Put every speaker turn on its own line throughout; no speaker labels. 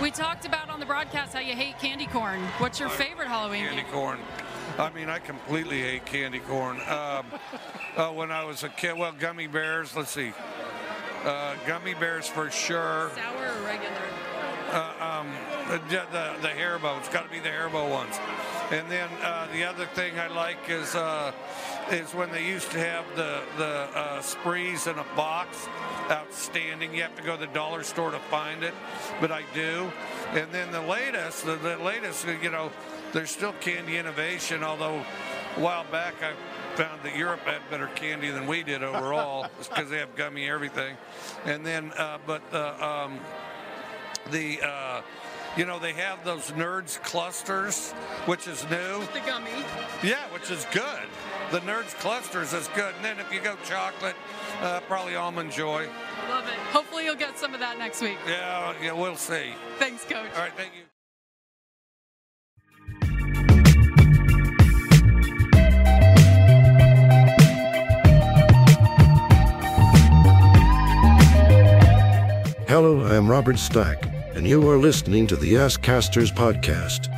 We talked about on the broadcast how you hate candy corn. What's your favorite Halloween
candy
candy?
corn. I mean, I completely hate candy corn. Um, uh, when I was a kid, well, gummy bears. Let's see, uh, gummy bears for sure.
Sour or regular?
The, the, the Haribo. It's got to be the Haribo ones. And then uh, the other thing I like is uh, is when they used to have the the uh, sprees in a box. Outstanding. You have to go to the dollar store to find it, but I do. And then the latest, the, the latest, uh, you know, there's still candy innovation. Although a while back I found that Europe had better candy than we did overall because they have gummy everything. And then, uh, but the um, the uh, you know they have those nerds clusters which is new
The gummy.
yeah which is good the nerds clusters is good and then if you go chocolate uh, probably almond joy
Love it. Hopefully you'll get some of that next week.
yeah yeah we'll see
Thanks, Coach.
all right thank you
Hello, I'm Robert Stack, and you are listening to the Ask Casters podcast.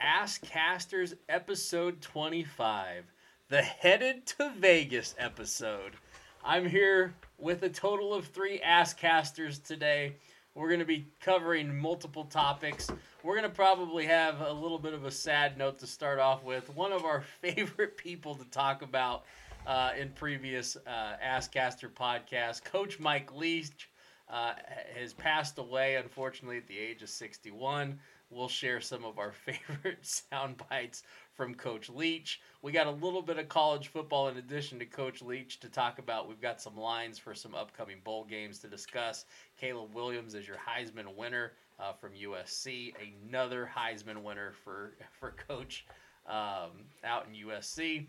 Ask Casters episode 25, the Headed to Vegas episode. I'm here with a total of three Ask Casters today. We're going to be covering multiple topics. We're going to probably have a little bit of a sad note to start off with. One of our favorite people to talk about uh, in previous uh, Ask Caster podcasts, Coach Mike Leach uh, has passed away, unfortunately, at the age of 61. We'll share some of our favorite sound bites from Coach Leach. We got a little bit of college football in addition to Coach Leach to talk about. We've got some lines for some upcoming bowl games to discuss. Caleb Williams is your Heisman winner uh, from USC, another Heisman winner for for Coach um, out in USC.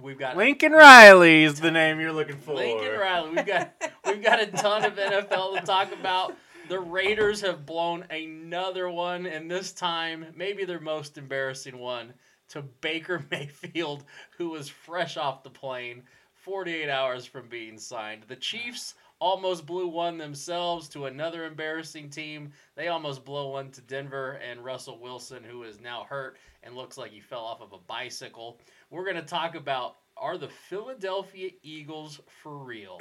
We've got
Lincoln Riley is the name you're looking for.
Lincoln Riley. We've got we've got a ton of NFL to talk about. The Raiders have blown another one, and this time maybe their most embarrassing one to Baker Mayfield, who was fresh off the plane, 48 hours from being signed. The Chiefs almost blew one themselves to another embarrassing team. They almost blow one to Denver and Russell Wilson, who is now hurt and looks like he fell off of a bicycle. We're going to talk about are the Philadelphia Eagles for real?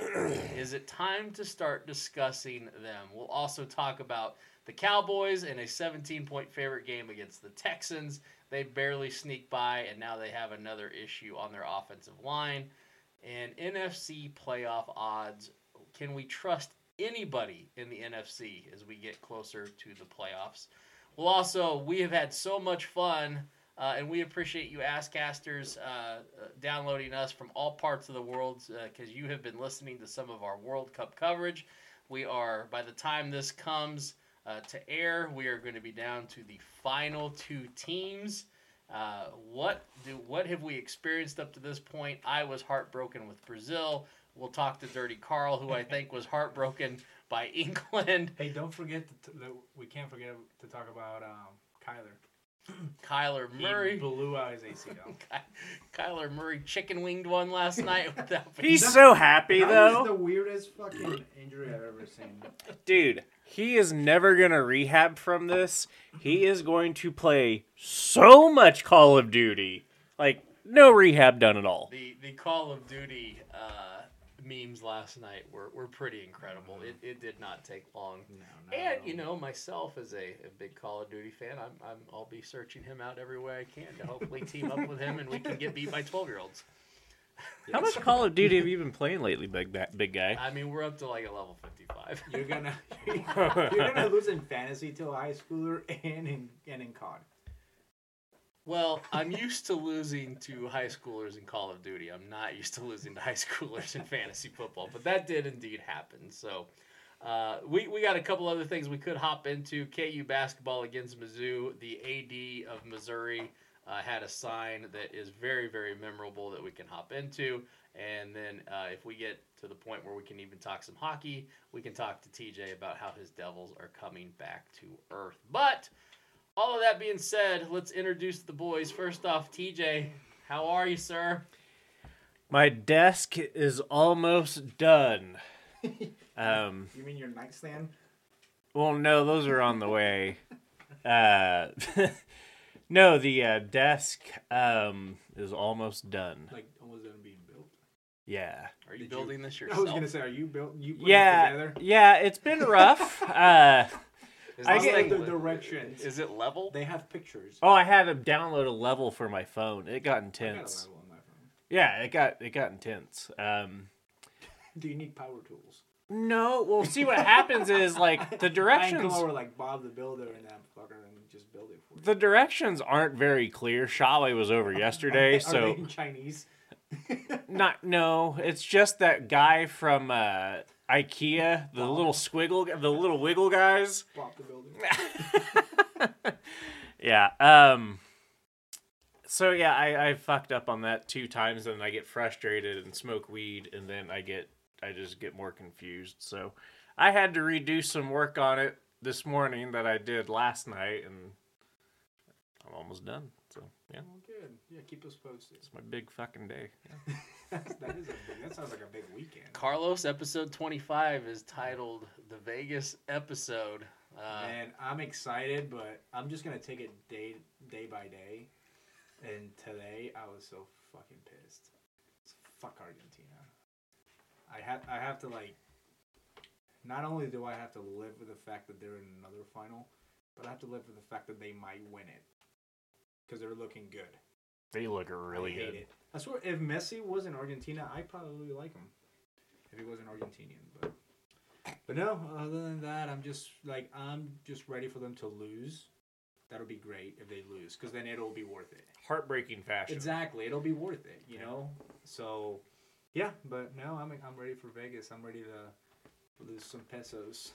is it time to start discussing them? We'll also talk about the Cowboys and a 17 point favorite game against the Texans. They barely sneak by, and now they have another issue on their offensive line. And NFC playoff odds can we trust anybody in the NFC as we get closer to the playoffs? Well, also, we have had so much fun, uh, and we appreciate you Askcasters uh, uh, downloading us from all parts of the world because you have been listening to some of our World Cup coverage. We are, by the time this comes uh, to air, we are going to be down to the final two teams. Uh, what do what have we experienced up to this point? I was heartbroken with Brazil. We'll talk to Dirty Carl, who I think was heartbroken by England.
Hey, don't forget to t- that we can't forget to talk about um, Kyler.
Kyler
He
Murray,
blew out his ACL.
Ky- Kyler Murray chicken winged one last night without.
He's so happy
That
though,
was the weirdest fucking injury I've ever seen.
dude. He is never gonna rehab from this. He is going to play so much Call of Duty, like no rehab done at all.
the the Call of Duty uh, memes last night were, were pretty incredible. It, it did not take long. and you know, myself as a, a big Call of Duty fan, I'm, I'm I'll be searching him out every way I can to hopefully team up with him and we can get beat by twelve year olds.
How much Call of Duty have you been playing lately, big ba- big guy?
I mean, we're up to like a level fifty five.
You're gonna you're gonna lose in fantasy to a high schooler and in and in COD.
Well, I'm used to losing to high schoolers in Call of Duty. I'm not used to losing to high schoolers in fantasy football, but that did indeed happen. So, uh, we, we got a couple other things we could hop into. KU basketball against Mizzou. The AD of Missouri uh, had a sign that is very, very memorable that we can hop into. And then uh, if we get to the point where we can even talk some hockey, we can talk to TJ about how his Devils are coming back to earth. But all of that being said, let's introduce the boys. First off, TJ, How are you, sir?
My desk is almost done. um,
You mean your nightstand?
well, no, those are on the way. Uh, no, the uh, desk um, is almost done.
Like oh, almost done being built.
Yeah.
Are you building this
I
yourself?
was gonna say, are you built? You put it
Yeah.
together?
Yeah, it's been rough. uh,
Is
I
this
get-
like the directions.
Is it level?
They have pictures.
oh, I had to download a level for my phone. It got
I got a
intense.
level on my phone.
Yeah, it got it got intense. Um,
Do you need power tools?
no, well, see what happens is like the
I
directions.
can go over like Bob the Builder and that fucker and just build it for you.
The directions aren't very clear. Shawley was over yesterday,
Are they
so
in Chinese?
not no. It's just that guy from uh, IKEA,
Oh.
the little squiggle, the little wiggle guys.
Bob the Builder.
Yeah. Um. So yeah, I, I fucked up on that two times, and I get frustrated and smoke weed, and then I get I just get more confused. So I had to redo some work on it this morning that I did last night, and I'm almost done. So yeah,
Well, good. Yeah, keep us posted.
it's my big fucking day.
That's, that is a big, that sounds like a big weekend.
Carlos episode 25 is titled The Vegas Episode. Uh,
And I'm excited, but I'm just gonna take it day day by day. And today I was so fucking pissed. It's fuck Argentina. I have I have to like. Not only do I have to live with the fact that they're in another final, but I have to live with the fact that they might win it because they're looking good.
They look really
I hate
good.
it. I swear, if Messi wasn't Argentina, I probably like him. If he wasn't Argentinian, but but no. Other than that, I'm just like I'm just ready for them to lose. That'll be great if they lose, because then it'll be worth it.
Heartbreaking fashion.
Exactly, it'll be worth it. You know. So yeah, but no, I'm I'm ready for Vegas. I'm ready to lose some pesos.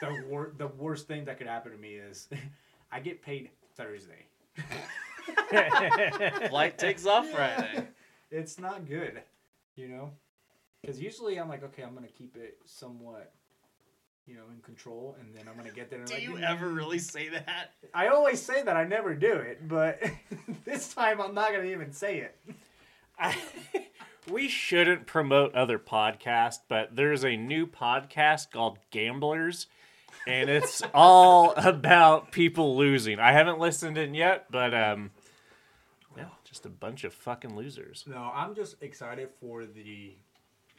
the wor- the worst thing that could happen to me is I get paid Thursday.
Flight takes off Friday.
it's not good, you know? Because usually I'm like, okay, I'm going to keep it somewhat, you know, in control, and then I'm going to get there. And
Do
like, "Mm,
you ever really say that?
I always say that I never do it, but this time I'm not going to even say it.
we shouldn't promote other podcasts, but there's a new podcast called Gamblers, and it's all about people losing. I haven't listened in yet, but um, yeah, just a bunch of fucking losers.
No, I'm just excited for the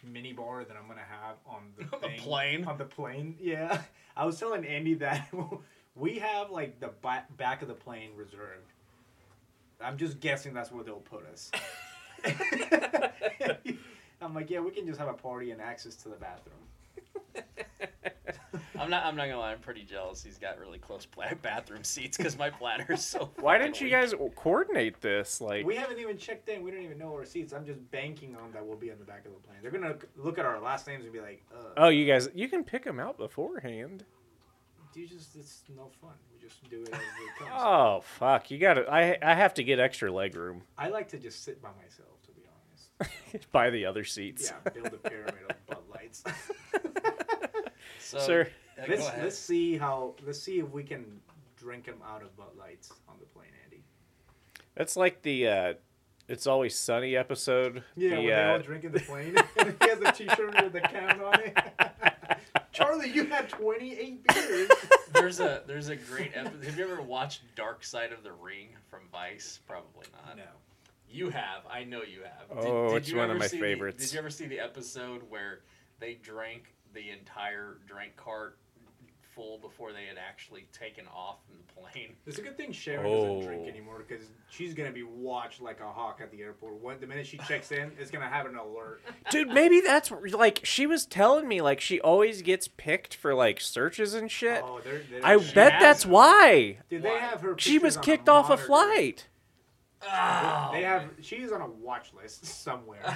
mini bar that I'm gonna have on the, thing,
plane?
On the plane, yeah. I was telling Andy that we have like the ba- back of the plane reserved. I'm just guessing that's where they'll put us. I'm like, yeah, we can just have a party and access to the bathroom.
I'm not. I'm not gonna lie. I'm pretty jealous. He's got really close pla- bathroom seats because my bladder's so.
Why didn't
fucking
you
weak.
guys coordinate this? Like,
We haven't even checked in. We don't even know our seats. I'm just banking on that we'll be on the back of the plane. They're gonna look at our last names and be like, uh,
oh, you guys, you can pick them out beforehand.
"You just, it's no fun. We just do it as it comes."
Oh fuck, you got to I I have to get extra leg room
I like to just sit by myself, to be honest.
by the other seats.
Yeah, build a pyramid of Bud Lights.
so,
Sir.
yeah, go
let's
ahead.
let's see how let's see if we can drink them out of Bud Lights on the plane, Andy.
That's like the uh, "It's Always Sunny" episode.
Yeah,
The,
when they
uh,
all drink in the plane, he has a T-shirt with the count on it. Charlie, you had twenty-eight beers.
There's a there's a great episode. Have you ever watched Dark Side of the Ring from Vice? Probably not.
no,
You have. I know you have.
Oh, it's
you
one of
ever
my
see the-
favorites.
did you ever see the episode where they drank the entire drink cart full before they had actually taken off from the plane?
it's a good thing Sharon doesn't drink
Oh.
anymore because she's gonna be watched like a hawk at the airport. One, the minute she checks in, it's gonna have an alert.
Dude, maybe that's like she was telling me like she always gets picked for like searches and shit.
Oh, they're, they're
I
she
bet
has
that's
them.
why.
Dude, they have her.
She was
pictures on
kicked off a
monitor.
flight.
Oh,
They have. She's on a watch list somewhere.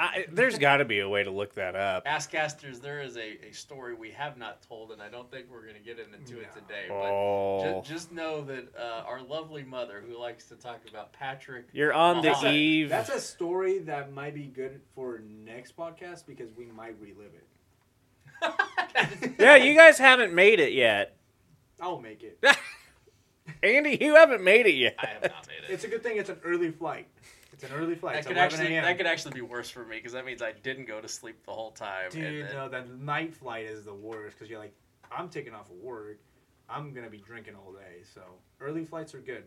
I, there's got to be a way to look that up.
Askcasters, there is a, a story we have not told, and I don't think we're going to get into it today. But
Oh.
ju- just know that uh, our lovely mother, who likes to talk about Patrick,
You're on the
That's a-
eve.
That's a story that might be good for next podcast because we might relive it.
yeah, you guys haven't made it yet.
I'll make it.
Andy, you haven't made it yet.
I have not made it.
It's a good thing it's an early flight. It's an early flight.
That
It's
could
11
actually
a.m.
that could actually be worse for me because that means I didn't go to sleep the whole time. and
Dude,
then-
no, that night flight is the worst because you're like, I'm taking off of work. I'm going to be drinking all day. So early flights are good.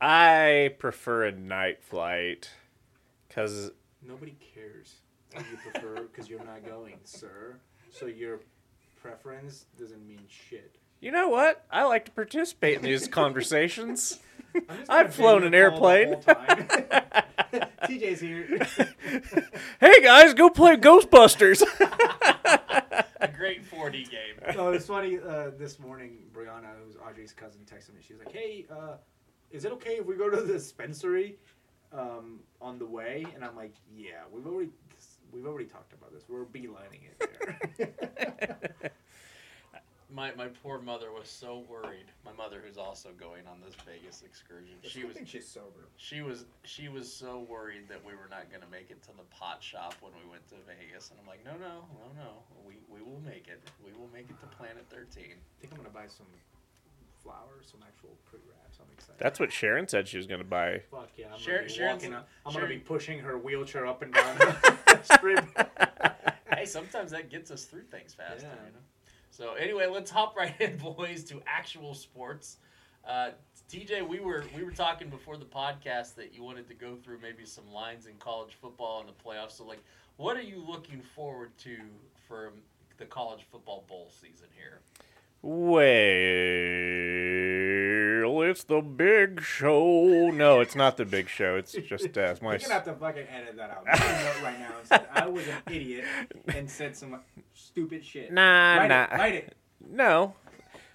I prefer a night flight because
Nobody cares what you prefer because you're not going, sir. So your preference doesn't mean shit.
you know what? I like to participate in these conversations.
I'm just
I've
gonna
flown an
video call the
airplane.
whole time. TJ's here.
Hey guys, go play Ghostbusters.
a great 4D game.
No, it's funny. Uh, this morning, Brianna, who's Audrey's cousin, texted me. She was like, "Hey, uh, is it okay if we go to the dispensary um, on the way?" And I'm like, "Yeah, we've already we've already talked about this. We're beelining it there."
My, my poor mother was so worried. My mother, who's also going on this Vegas excursion, she was
she's sober.
she was she was so worried that we were not going to make it to the pot shop when we went to Vegas. And I'm like, no, no, no, no, we we will make it. We will make it to Planet 13.
I think I'm gonna buy some flowers, some actual pre wraps. I'm excited.
That's what Sharon said she was going to buy.
Fuck yeah! I'm
Sharon-
gonna be
Sharon's-
walking up. I'm gonna
Sharon-
be pushing her wheelchair up and down the strip.
hey, sometimes that gets us through things faster.
Yeah.
You know? So anyway, let's hop right in, boys, to actual sports. Uh, TJ, we were we were talking before the podcast that you wanted to go through maybe some lines in college football and the playoffs. So like, what are you looking forward to from the college football bowl season here?
Well, it's the big show. No, it's not the big show. It's just uh, my.
You're gonna have to fucking edit that out. I'm gonna note right now and said, I was an idiot and said some stupid shit.
Nah,
write
nah.
It, write it.
No.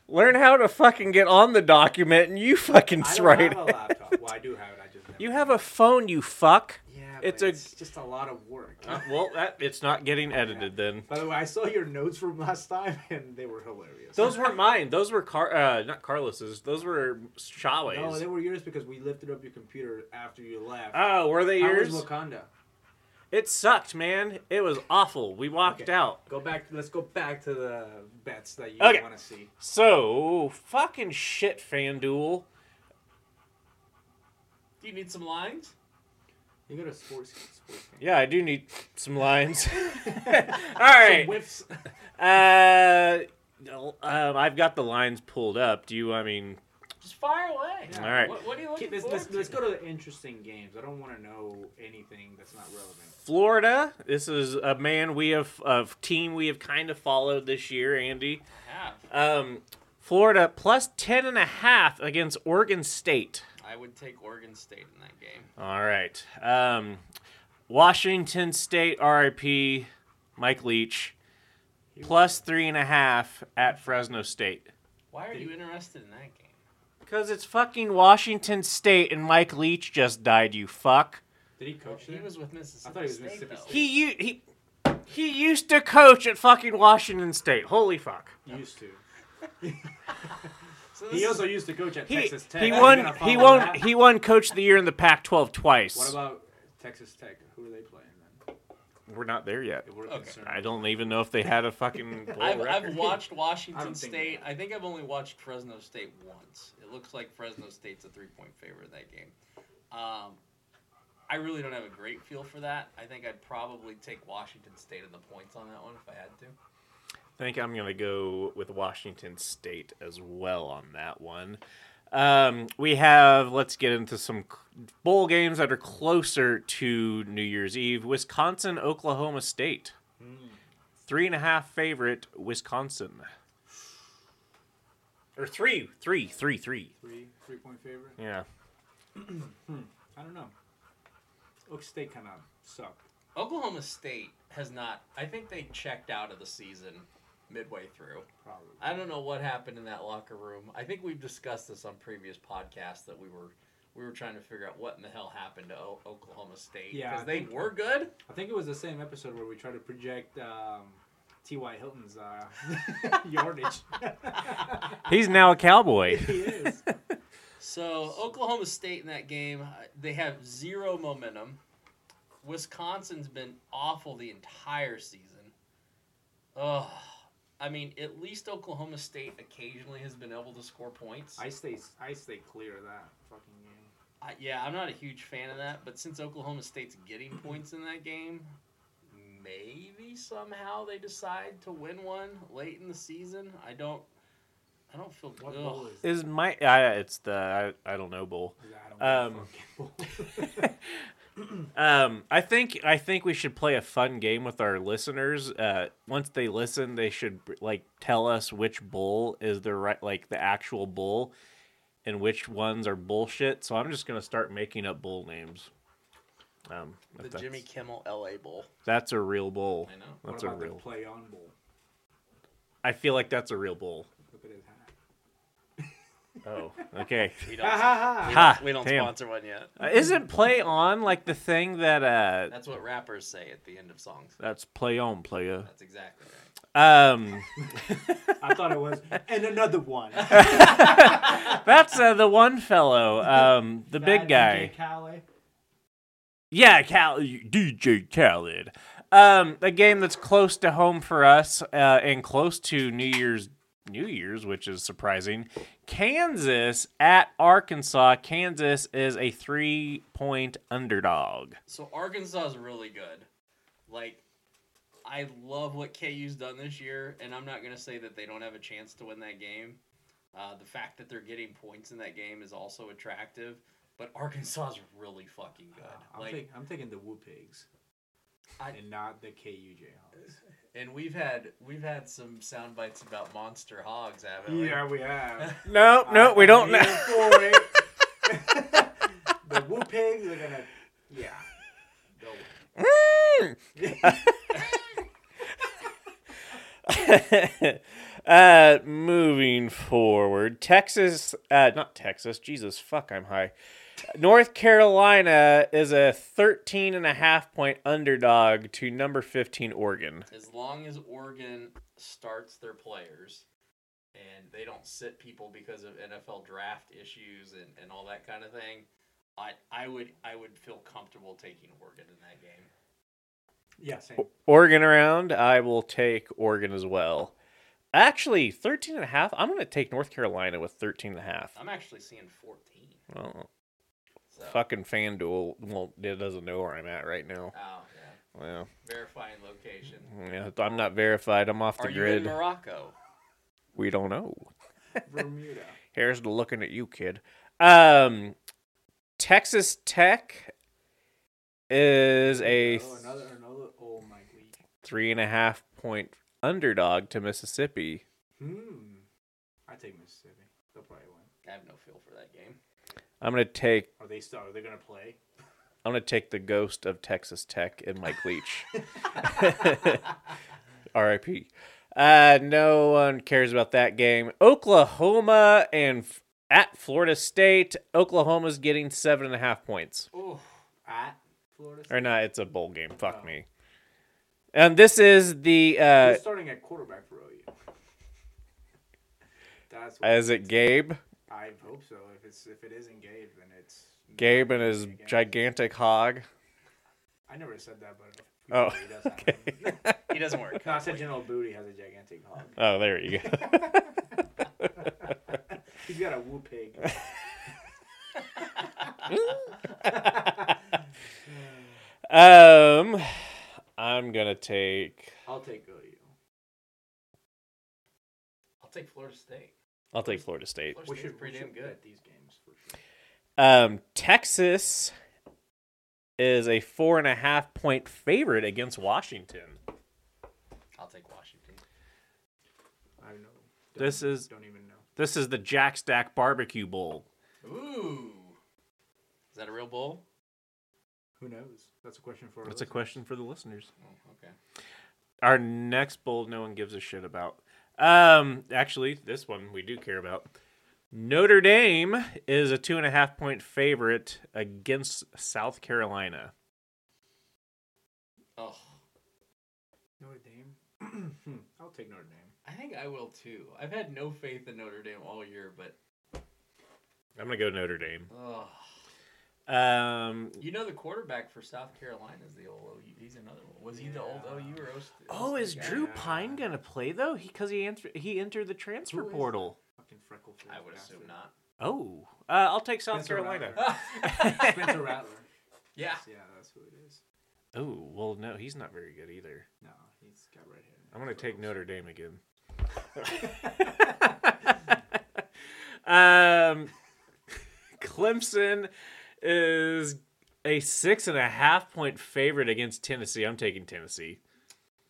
Learn how to fucking get on the document and you fucking
I don't
write
have a
it.
laptop. Well, I do have it. I just never
You have a phone, you fuck.
Yeah, but
It's
it's,
a-
just a lot of work.
Uh, well, that it's not getting edited then.
By the way, I saw your notes from last time and they were hilarious.
Those weren't mine. Those were Car- uh, not Carlos's. Those were Shaway's.
no, they were yours because we lifted up your computer after you left.
oh, were they
How was
yours?
Wakanda?
It sucked, man. It was awful. We walked
Okay.
out.
Go back. Let's go back to the bets that you
Okay.
want to see.
So fucking shit, FanDuel.
Do you need some lines?
You go to sports. sports game.
Yeah, I do need some lines. All
Some
right.
whiffs.
Uh, um, I've got the lines pulled up. Do you? I mean,
Just fire away.
All right.
What, what are you looking
Keep- Let's,
forward
let's,
to?
let's go to the interesting games. I don't want to know anything that's not relevant.
Florida. This is a man we have of team we have kind of followed this year, Andy.
Yeah,
Um, Florida plus ten and a half against Oregon State.
I would take Oregon State in that game.
All right. Um, Washington State, RIP, Mike Leach, plus three and a half at Fresno State.
Why are you interested in that game?
Because it's fucking Washington State and Mike Leach just died, you fuck.
Did he coach
He
there?
was with Mississippi
I thought he was
State,
Mississippi
though.
State.
He, u- he, he used to coach at fucking Washington State. Holy fuck.
used to.
So this
He
is-
also used to coach at
He,
Texas Tech.
he
Are you
won
gonna
he
follow
won
that?
he won coach of the year in the Pac-12 twice.
What about Texas Tech? Who are they playing then?
We're not there yet.
If we're
Okay.
concerned.
I don't even know if they had a fucking bowl
I've,
record.
I've watched
I
Washington
don't think
State.
that.
I think I've only watched Fresno State once. It looks like Fresno State's a three point favorite in that game. Um, I really don't have a great feel for that. I think I'd probably take Washington State and the points on that one if I had to.
I think I'm going to go with Washington State as well on that one. Um, we have, let's get into some c- bowl games that are closer to New Year's Eve Wisconsin, Oklahoma State. Three and a half favorite, Wisconsin. Or three, three, three, three.
Three three point favorite.
Yeah.
I don't know. Oak State kind of sucked.
Oklahoma State has not. I think they checked out of the season midway through.
Probably.
I don't know what happened in that locker room. I think we've discussed this on previous podcasts that we were we were trying to figure out what in the hell happened to o- Oklahoma State
Yeah, I
because they
think-
were good.
I think it was the same episode where we tried to project um, T.Y. Hilton's uh, yardage.
He's now a Cowboy.
he is.
So Oklahoma State in that game, uh, they have zero momentum. Wisconsin's been awful the entire season. Ugh. I mean, at least Oklahoma State occasionally has been able to score points.
I stay I stay clear of that fucking game.
I, yeah, I'm not a huge fan of that, but since Oklahoma State's getting points in that game, maybe somehow they decide to win one late in the season. I don't. I don't feel
What
good.
bowl is
Is my I, it's the I, I don't know bowl.
I don't
Um,
fucking bowl.
Um, I think I think we should play a fun game with our listeners. Uh, once they listen, they should like tell us which bull is the right, like the actual bull, and which ones are bullshit. So I'm just gonna start making up bull names. Um, if
the
that's,
Jimmy Kimmel LA Bowl.
that's a real bull.
I know.
what
That's a
about the
real.
play on bowl?
I feel like that's a real bull.
Look at his hat.
Oh, okay.
We don't.
Ha ha!
ha!
we don't
damn.
sponsor one yet.
Uh, isn't play on like the thing that uh?
That's what rappers say at the end of songs.
That's play on player.
That's exactly right.
Um.
I thought it was. And another one.
That's uh, the one fellow, um, the big
Bad
guy.
DJ Khaled.
Yeah, Cal- DJ Khaled. Um, a game that's close to home for us uh, and close to New Year's. New Year's, which is surprising. Kansas at Arkansas. Kansas is a three-point underdog.
So Arkansas is really good. Like, I love what KU's done this year, and I'm not gonna say that they don't have a chance to win that game. Uh, the fact that they're getting points in that game is also attractive. But Arkansas is really fucking good.
I'm,
like,
take, I'm taking the Woo Pigs.
I-
and not the KU Jayhawks.
and we've had we've had some sound bites about monster hogs, haven't we?
Yeah, we have.
No, no, we don't
I'm
know.
here for it. the Woo Pigs are gonna. Yeah. They'll win.
uh, moving forward, Texas, uh, not Texas, Jesus, fuck, I'm high. North Carolina is a 13 and a half point underdog to number 15 Oregon.
as long as Oregon starts their players and they don't sit people because of NFL draft issues and, and all that kind of thing, I I would I would feel comfortable taking Oregon in that game.
Yeah, same.
Oregon around, I will take Oregon as well. Actually, 13 and a half, I'm going to take North Carolina with 13 and a half.
I'm actually seeing 14.
Well,
So,
fucking FanDuel won't, it doesn't know where I'm at right now.
Oh yeah,
Well,
verifying location.
yeah, I'm not verified. I'm off the
Are you
grid.
in Morocco?
We don't know.
Bermuda.
Here's to looking at you, kid. Um, Texas Tech is a
Oh, another, another. Oh my week.
three and a half point underdog to Mississippi.
Hmm. I take Mississippi. They'll probably win.
I have no feel for that game.
I'm gonna take
Are they still? Are they gonna play?
I'm gonna take the ghost of Texas Tech and Mike Leach. R.I.P. Uh, no one cares about that game. Oklahoma and f- at Florida State. Oklahoma's getting seven and a half points.
Oh, at Florida. State.
Or not, it's a bowl game. Fuck me. And this is the uh
Who's starting at quarterback for OU? That's what
is it Gabe?
I hope so. If it's if it isn't Gabe, then it's
Gabe and his gigantic hog.
I never said that, but
Oh,
he does have
okay.
one.
He doesn't work.
No, I said General Booty has a gigantic hog.
Oh, there you go.
He's got a woo pig.
Um I'm going to take
I'll take OU.
I'll take Florida State.
I'll take Florida State.
Florida
We
State's
should
pretty damn good.
at these games for sure.
Um Texas is a four and a half point favorite against Washington.
I'll take Washington.
I don't know.
This is
Don't even know.
this is the Jack Stack Barbecue Bowl.
Ooh, is that a real bowl?
Who knows? That's a question for. our
That's a
listeners.
question for the listeners.
Oh,
Mm-hmm.
okay.
our next bowl no one gives a shit about um actually this one we do care about notre dame is a two and a half point favorite against south carolina
Oh,
Notre Dame. Hmm, I'll take Notre Dame.
I think I will too. I've had no faith in Notre Dame all year, but
i'm gonna go notre dame
oh,
Um,
You know the quarterback for South Carolina is the old OU. He's another one. Was he the old OU or OC?
oh, is Drew Pine gonna play though? Because he, entered he entered the transfer
Who is
portal.
Fucking freckle.
I would assume not.
Oh, uh, I'll take South
Spencer
Carolina.
Spencer Rattler.
Yeah.
Yeah, that's who it is.
Oh, well, no, he's not very good either.
No, he's got red hair.
I'm gonna take Notre Dame again. um, Clemson is a six and a half point favorite against Tennessee. I'm taking Tennessee.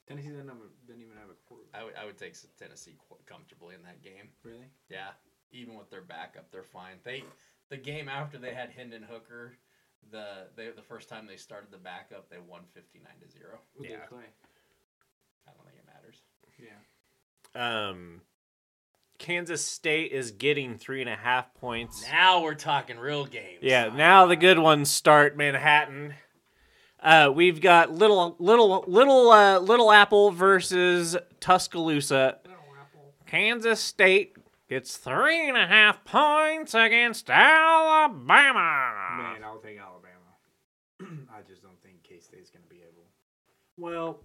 Tennessee didn't, have a- didn't even have a quarterback.
I would, I would take Tennessee qu- comfortably in that game.
Really?
Yeah, even with their backup, they're fine. They the game after they had Hendon Hooker, the they the first time they started the backup, they won fifty nine to zero.
Who did
Yeah.
they play?
I don't think it matters.
Yeah.
Um, Kansas State is getting three and a half points.
Now we're talking real games.
Yeah, now the good ones start Manhattan. Uh, we've got little little little uh, little Apple versus Tuscaloosa. Kansas State gets three and a half points against Alabama.
Man, I'll take Alabama. I just don't think K State's going to be able. Well,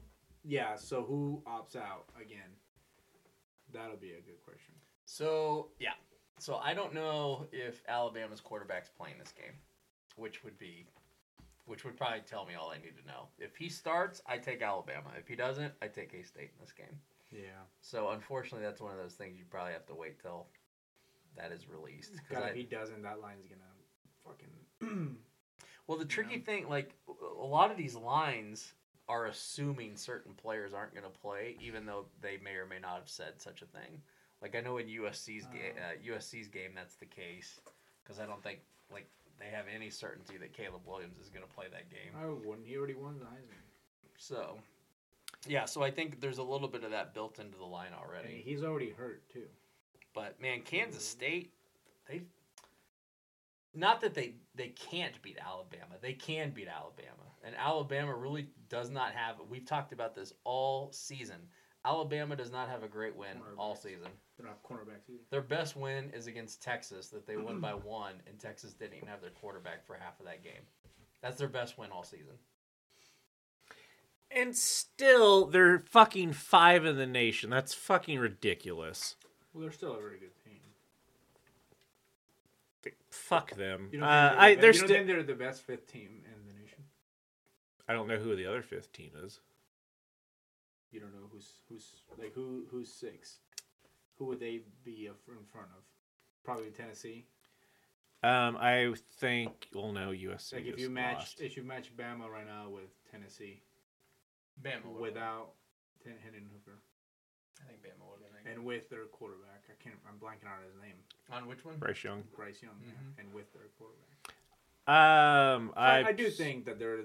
yeah, so who opts out again? That'll be a good question.
So yeah, so I don't know if Alabama's quarterback's playing this game, which would be, which would probably tell me all I need to know. If he starts, I take Alabama. If he doesn't, I take A State in this game.
Yeah.
So unfortunately, that's one of those things you probably have to wait till that is released. 'cause
God,
I-
if he doesn't, that line's going to fucking.
Well, the tricky thing, like a lot of these lines are assuming certain players aren't going to play, even though they may or may not have said such a thing. Like I know in USC's game, uh, USC's game, that's the case because I don't think like they have any certainty that Caleb Williams is going to play that game.
I wouldn't. He already won the Heisman.
So, yeah, so I think there's a little bit of that built into the line
And
already.
he's already hurt, too.
But man, Kansas State, they not that they they can't beat Alabama. They can beat Alabama. And Alabama really does not have we've talked about this all season. Alabama does not have a great win all season.
They don't have cornerbacks either.
Their best win is against Texas that they won by 1 and Texas didn't even have their quarterback for half of that game. That's their best win all season.
And still, they're fucking five in the nation. That's fucking ridiculous.
Well, they're still a very good team.
Fuck them.
You don't,
Uh,
think, they're
I
the,
they're
you don't
still.
think they're the best fifth team in the nation?
I don't know who the other fifth team is.
You don't know who's who's like who who's six. Who would they be af- in front of? Probably Tennessee.
Um, I think. Well, no, USC.
Like if
is
you match
lost.
if you match Bama right now with Tennessee
Bama would
without Ten- Hendon Hooker
I think Bama would win.
and with their quarterback, I can't. I'm blanking on his name.
On which one?
Bryce Young.
Bryce Young, yeah,
Mm-hmm.
and with their quarterback.
Um,
So I,
I,
I do think that they're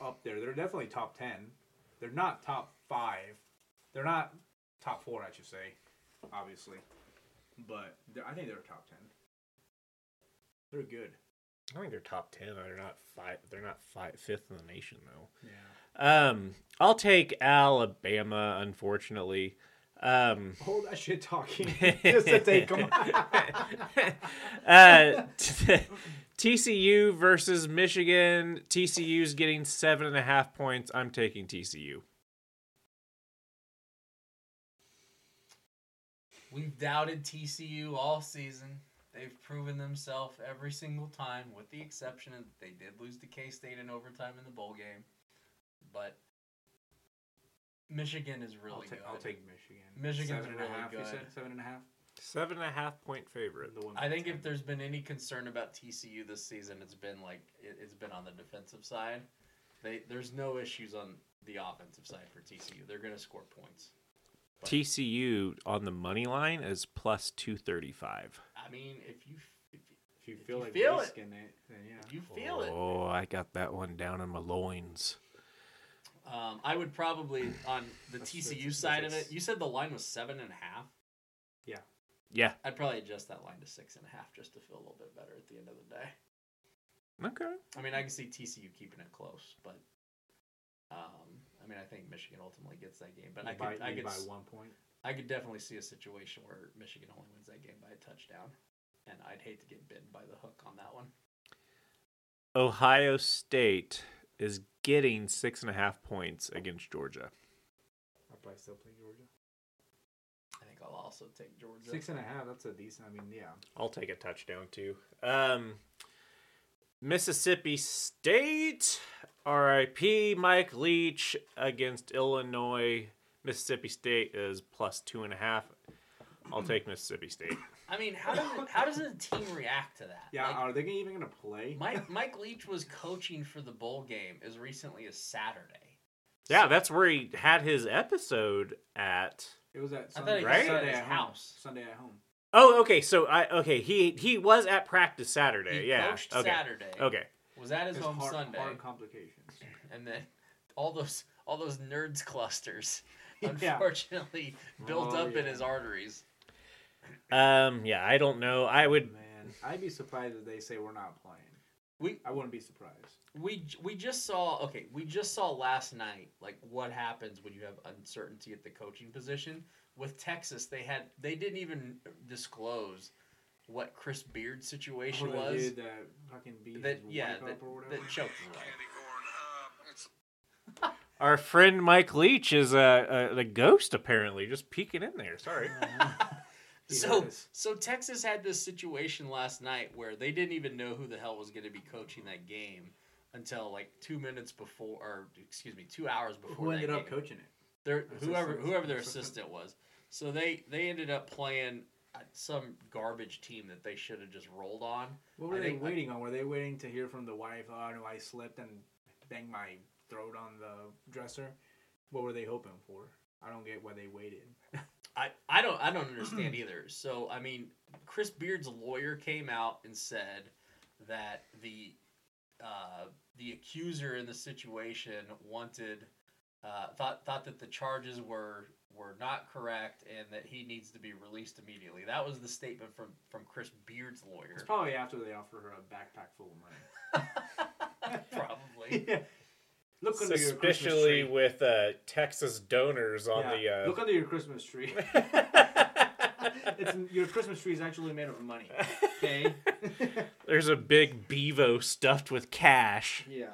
up there. They're definitely top ten. They're not top five. They're not top four, I should say, obviously. But they're- I think they're top ten. They're good.
I think they're top ten. They're not five. They're not five, fifth in the nation though.
Yeah.
Um, I'll take Alabama. Unfortunately, um,
Hold that shit talking just to take them.
uh, TCU versus Michigan. TCU's getting seven and a half points. I'm taking TCU.
We've doubted TCU all season. They've proven themselves every single time, with the exception of they did lose to K State in overtime in the bowl game. But Michigan is really
I'll, ta-
good.
I'll take Michigan.
Michigan's
seven and a half.
really
You
good.
said seven and a half.
Seven and a half point favorite.
The one
I think
from
if there's been any concern about TCU this season, it's been like it, it's been on the defensive side. They there's no issues on the offensive side for TCU. They're gonna score points.
TCU on the money line is plus two thirty five.
I mean, if you if you,
ten. if you feel
you
like
feel it-
risking it, then yeah.
if you feel it,
Oh, I got that one down in my loins.
Um, I would probably on the
That's-
TCU
that's-
side of
that's-
it. You said the line was seven and a half.
Yeah.
I'd probably adjust that line to six and a half just to feel a little bit better at the end of the day.
Okay.
I mean, I can see TCU keeping it close, but um, I mean, I think Michigan ultimately gets that game. But I
You buy-
could, I
you
could,
buy
s-
one point.
I could definitely see a situation where Michigan only wins that game by a touchdown, and I'd hate to get bitten by the hook on that one.
Ohio State is getting six and a half points against Georgia.
I'll probably still play Georgia.
I think I'll also take Georgia.
Six and a half. That's a decent. I mean, yeah.
I'll take a touchdown too. Um, Mississippi State, RIP Mike Leach against Illinois. Mississippi State is plus two and a half. I'll take Mississippi State.
I mean, how does it, how does the team react to that?
Yeah.
Like,
are they gonna- even gonna play?
Mike Mike Leach was coaching for the bowl game as recently as Saturday.
Yeah, that's where he had his episode at.
It was at
I thought
Sunday,
he
Right?
said
Sunday
his
at home.
house.
Sunday at home.
Oh, okay. So I okay he he was at practice Saturday.
He
yeah.
coached
okay.
Saturday.
Okay.
Was at his
It's
home
hard,
Sunday,
hard complications.
and then all those all those nerds clusters,
Yeah.
unfortunately, built
Oh,
up in
yeah.
his arteries.
Um. Yeah. I don't know. I would.
Man, I'd be surprised if they say we're not playing.
We-
I wouldn't be surprised.
we j- we just saw okay we just saw last night like what happens when you have uncertainty at the coaching position with texas they had they didn't even disclose what chris beard's situation
Or the
was
dude that fucking beat
that
his
yeah
wife
that,
up or whatever.
that choked his wife.
Our friend Mike Leach is a, a, a ghost apparently, just peeking in there. Sorry.
He
so
does.
so texas had this situation last night where they didn't even know who the hell was going to be coaching that game until like two minutes before or excuse me two hours before
Who
that
ended up
game.
coaching it?
their
Assistant,
whoever whoever their
assistant.
assistant was. So they they ended up playing uh, some garbage team that they should have just rolled on.
What were
I
they
think-
waiting on? Were they waiting to hear from the wife? Oh no, I slipped and banged my throat on the dresser. What were they hoping for? I don't get why they waited.
I I don't I don't understand either. So I mean, Chris Beard's lawyer came out and said that the uh, the accuser in the situation wanted uh, thought thought that the charges were were not correct and that he needs to be released immediately. That was the statement from from Chris Beard's
It's
lawyer,
probably after they offer her a backpack full of money.
probably.
Look under your Christmas
Especially
tree.
with uh, Texas donors on the.
Yeah,
Uh...
Look under your Christmas tree. it's, your Christmas tree is actually made of money. Okay.
There's a big Bevo stuffed with cash.
yeah.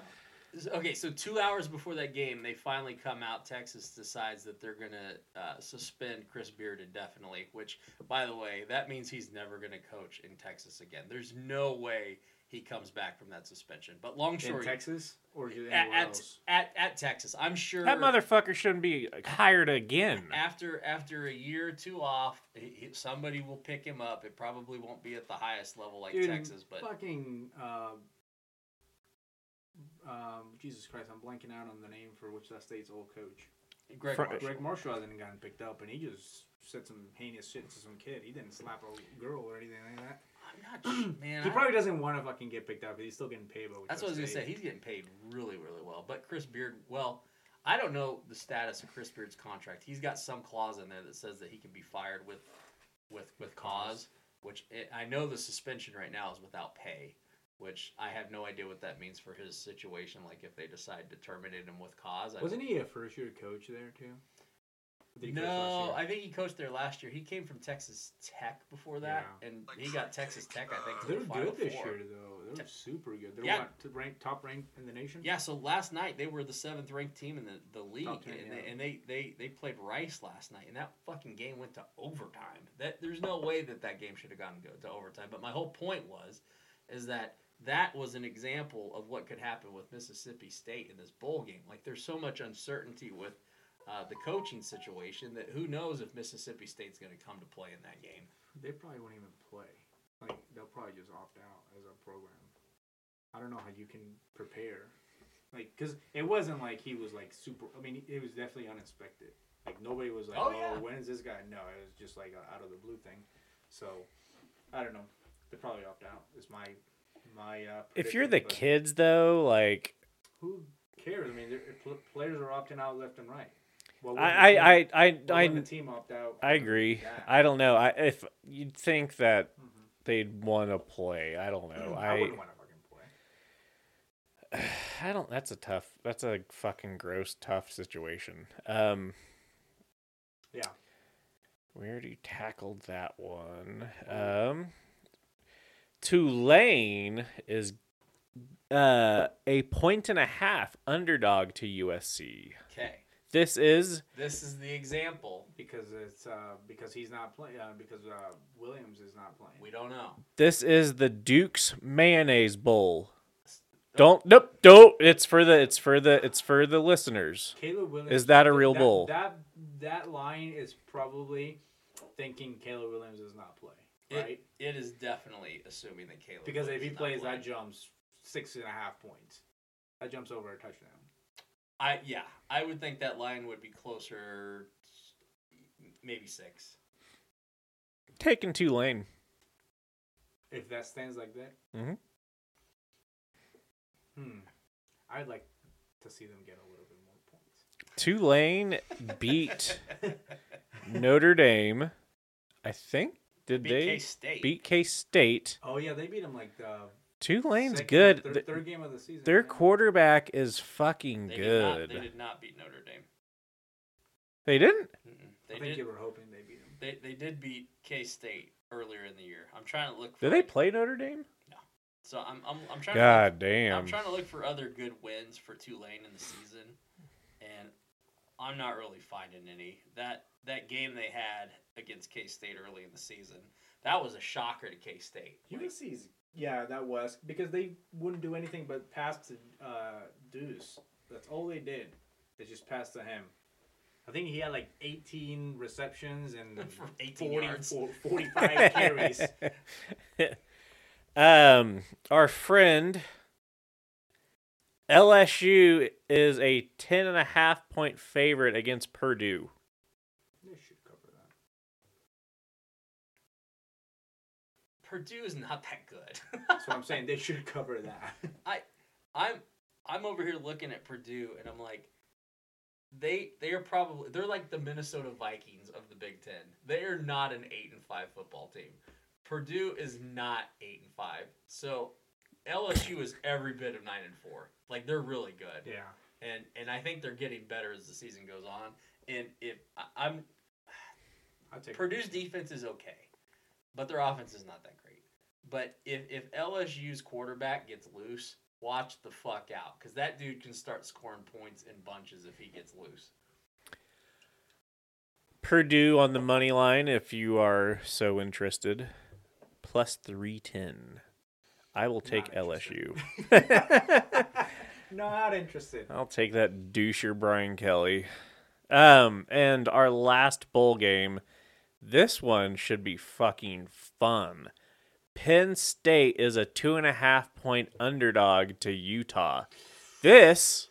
Okay, so two hours before that game, they finally come out. Texas decides that they're gonna uh, suspend Chris Beard indefinitely. Which, by the way, that means he's never gonna coach in Texas again. There's no way he comes back from that suspension. But long
In
story,
Texas or is it
at,
anywhere
at,
else?
at at Texas, I'm sure
That motherfucker shouldn't be hired again.
after after a year or two off, he- he- somebody will pick him up. It probably won't be at the highest level like
Dude,
Texas, but
fucking uh, um, Jesus Christ, I'm blanking out on the name for which that state's old coach.
Greg
Fr-
Marshall.
Greg Marshall hasn't gotten picked up, and he just said some heinous shit to some kid. He didn't slap a girl or anything like that.
I'm not sh- man.
he
I-
probably doesn't want to fucking get picked up, but he's still getting paid. By
That's what I was gonna say. He's getting paid really, really well. But Chris Beard, well, I don't know the status of Chris Beard's contract. He's got some clause in there that says that he can be fired with, with, with cause. Which i I know the suspension right now is without pay, which I have no idea what that means for his situation. Like if they decide to terminate him with cause, I
Wasn't he a first year coach there too? Did he coach last
no,
year?
I think he coached there last year. He came from Texas Tech before that, and he got Texas Tech. I think to the
They're
Final
good this
Four.
year, though. They're super good. They're
Yeah.
what, t- ranked, top ranked in the nation?
Yeah, so last night they were the seventh ranked team in the, the league,
Top ten,
and,
yeah.
they, and they, they they played Rice last night, and that fucking game went to overtime. That there's no way that that game should have gone to, to overtime. But my whole point was, is that that was an example of what could happen with Mississippi State in this bowl game. Like there's so much uncertainty with uh, the coaching situation that who knows if Mississippi State's going to come to play in that game.
They probably won't even play. Like, they'll probably just opt out as a program. I don't know how you can prepare. Like, because it wasn't like he was, like, super. I mean, it was definitely unexpected. Like, nobody was like,
Oh,
oh,
yeah.
when is this guy? No, it was just, like, a out of the blue thing. So, I don't know. They probably opt out, is my. my uh,
If you're
prediction,
the
but
kids though, like
Who cares? I mean, they're- pl- players are opting out left and right. What would the
I
team-
I I I,
what would
I,
the team opt out.
I agree.
Yeah. Mm-hmm.
I don't know. I if you'd think that they'd want to play, I don't know.
I
I
wouldn't want to fucking play.
I don't. That's a tough. That's a fucking gross tough situation. Um,
Yeah.
where do you tackled that one? Um, Tulane is uh, a point and a half underdog to USC.
Okay.
This is
This is the example.
because it's uh, because he's not playing uh, because uh, Williams is not playing.
We don't know.
this is the Duke's Mayonnaise Bowl. Don't nope don't. It's for the it's for the it's for the listeners.
Caleb Williams
Is that a real bull?
That that line is probably thinking Caleb Williams does not play, right?
It, it is definitely assuming that Caleb.
because if
Williams
he
is not
plays,
playing.
that jumps six and a half points. That jumps over a touchdown.
I yeah, I would think that line would be closer, maybe six.
Taking Tulane.
If that stands like that,
Mm-hmm.
hmm, I'd like to see them get a little bit more points.
Tulane beat Notre Dame. I think did
Beat
they
K State.
beat K State?
Oh yeah, they beat him like the
Tulane's
second or
good.
Third,
Th-
third game of the season.
Their
yeah.
quarterback is fucking
They Did not,
good.
they did not beat Notre Dame.
they didn't.
Mm-mm.
I
They
think
did.
you were hoping they beat him.
They, they did beat K State earlier in the year. I'm trying to look. For
Did they
it.
play Notre Dame?
So I'm I'm, I'm trying.
God
to look, I'm
damn.
trying to look for other good wins for Tulane in the season, and I'm not really finding any. That that game they had against K State early in the season, that was a shocker to K State.
USC's yeah, that was because they wouldn't do anything but pass to uh, Deuce. That's all they did. They just passed to him. I think he had like 18 receptions and
For 18 yards.
45 carries.
Um, our friend LSU is a ten and a half point favorite against Purdue.
They should cover that.
Purdue is not that good.
That's what I'm saying. They should cover that.
I I'm I'm over here looking at Purdue and I'm like they they are probably they're like the Minnesota Vikings of the Big 10. They are not an 8 and 5 football team. Purdue is not 8 and 5. So LSU is every bit of 9 and 4. Like they're really good.
Yeah.
And and I think they're getting better as the season goes on. And if I- I'm
I'll take
Purdue's defense is okay, but their offense is not that great. But if if LSU's quarterback gets loose, watch the fuck out because that dude can start scoring points in bunches if he gets loose.
Purdue on the money line if you are so interested. Plus 310. I will take LSU.
Not interested.
I'll take that doucher Brian Kelly. Um and our last bowl game. This one should be fucking fun. Penn State is a two and a half point underdog to Utah. This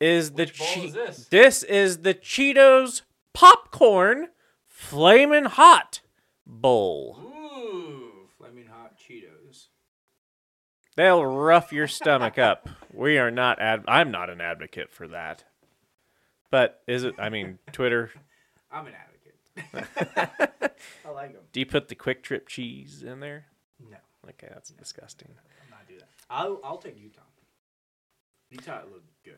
is the
Which bowl
Che-
is this?
is the Cheetos popcorn flamin' hot bowl.
Ooh,
Flaming hot Cheetos.
They'll rough your stomach up. We are not ad- I'm not an advocate for that. But is it I mean Twitter
I'm an advocate. I like them.
do you put the quick trip cheese in there?
No,
Okay, that's disgusting.
I'm not do that. I'll I'll take Utah. Utah looked good.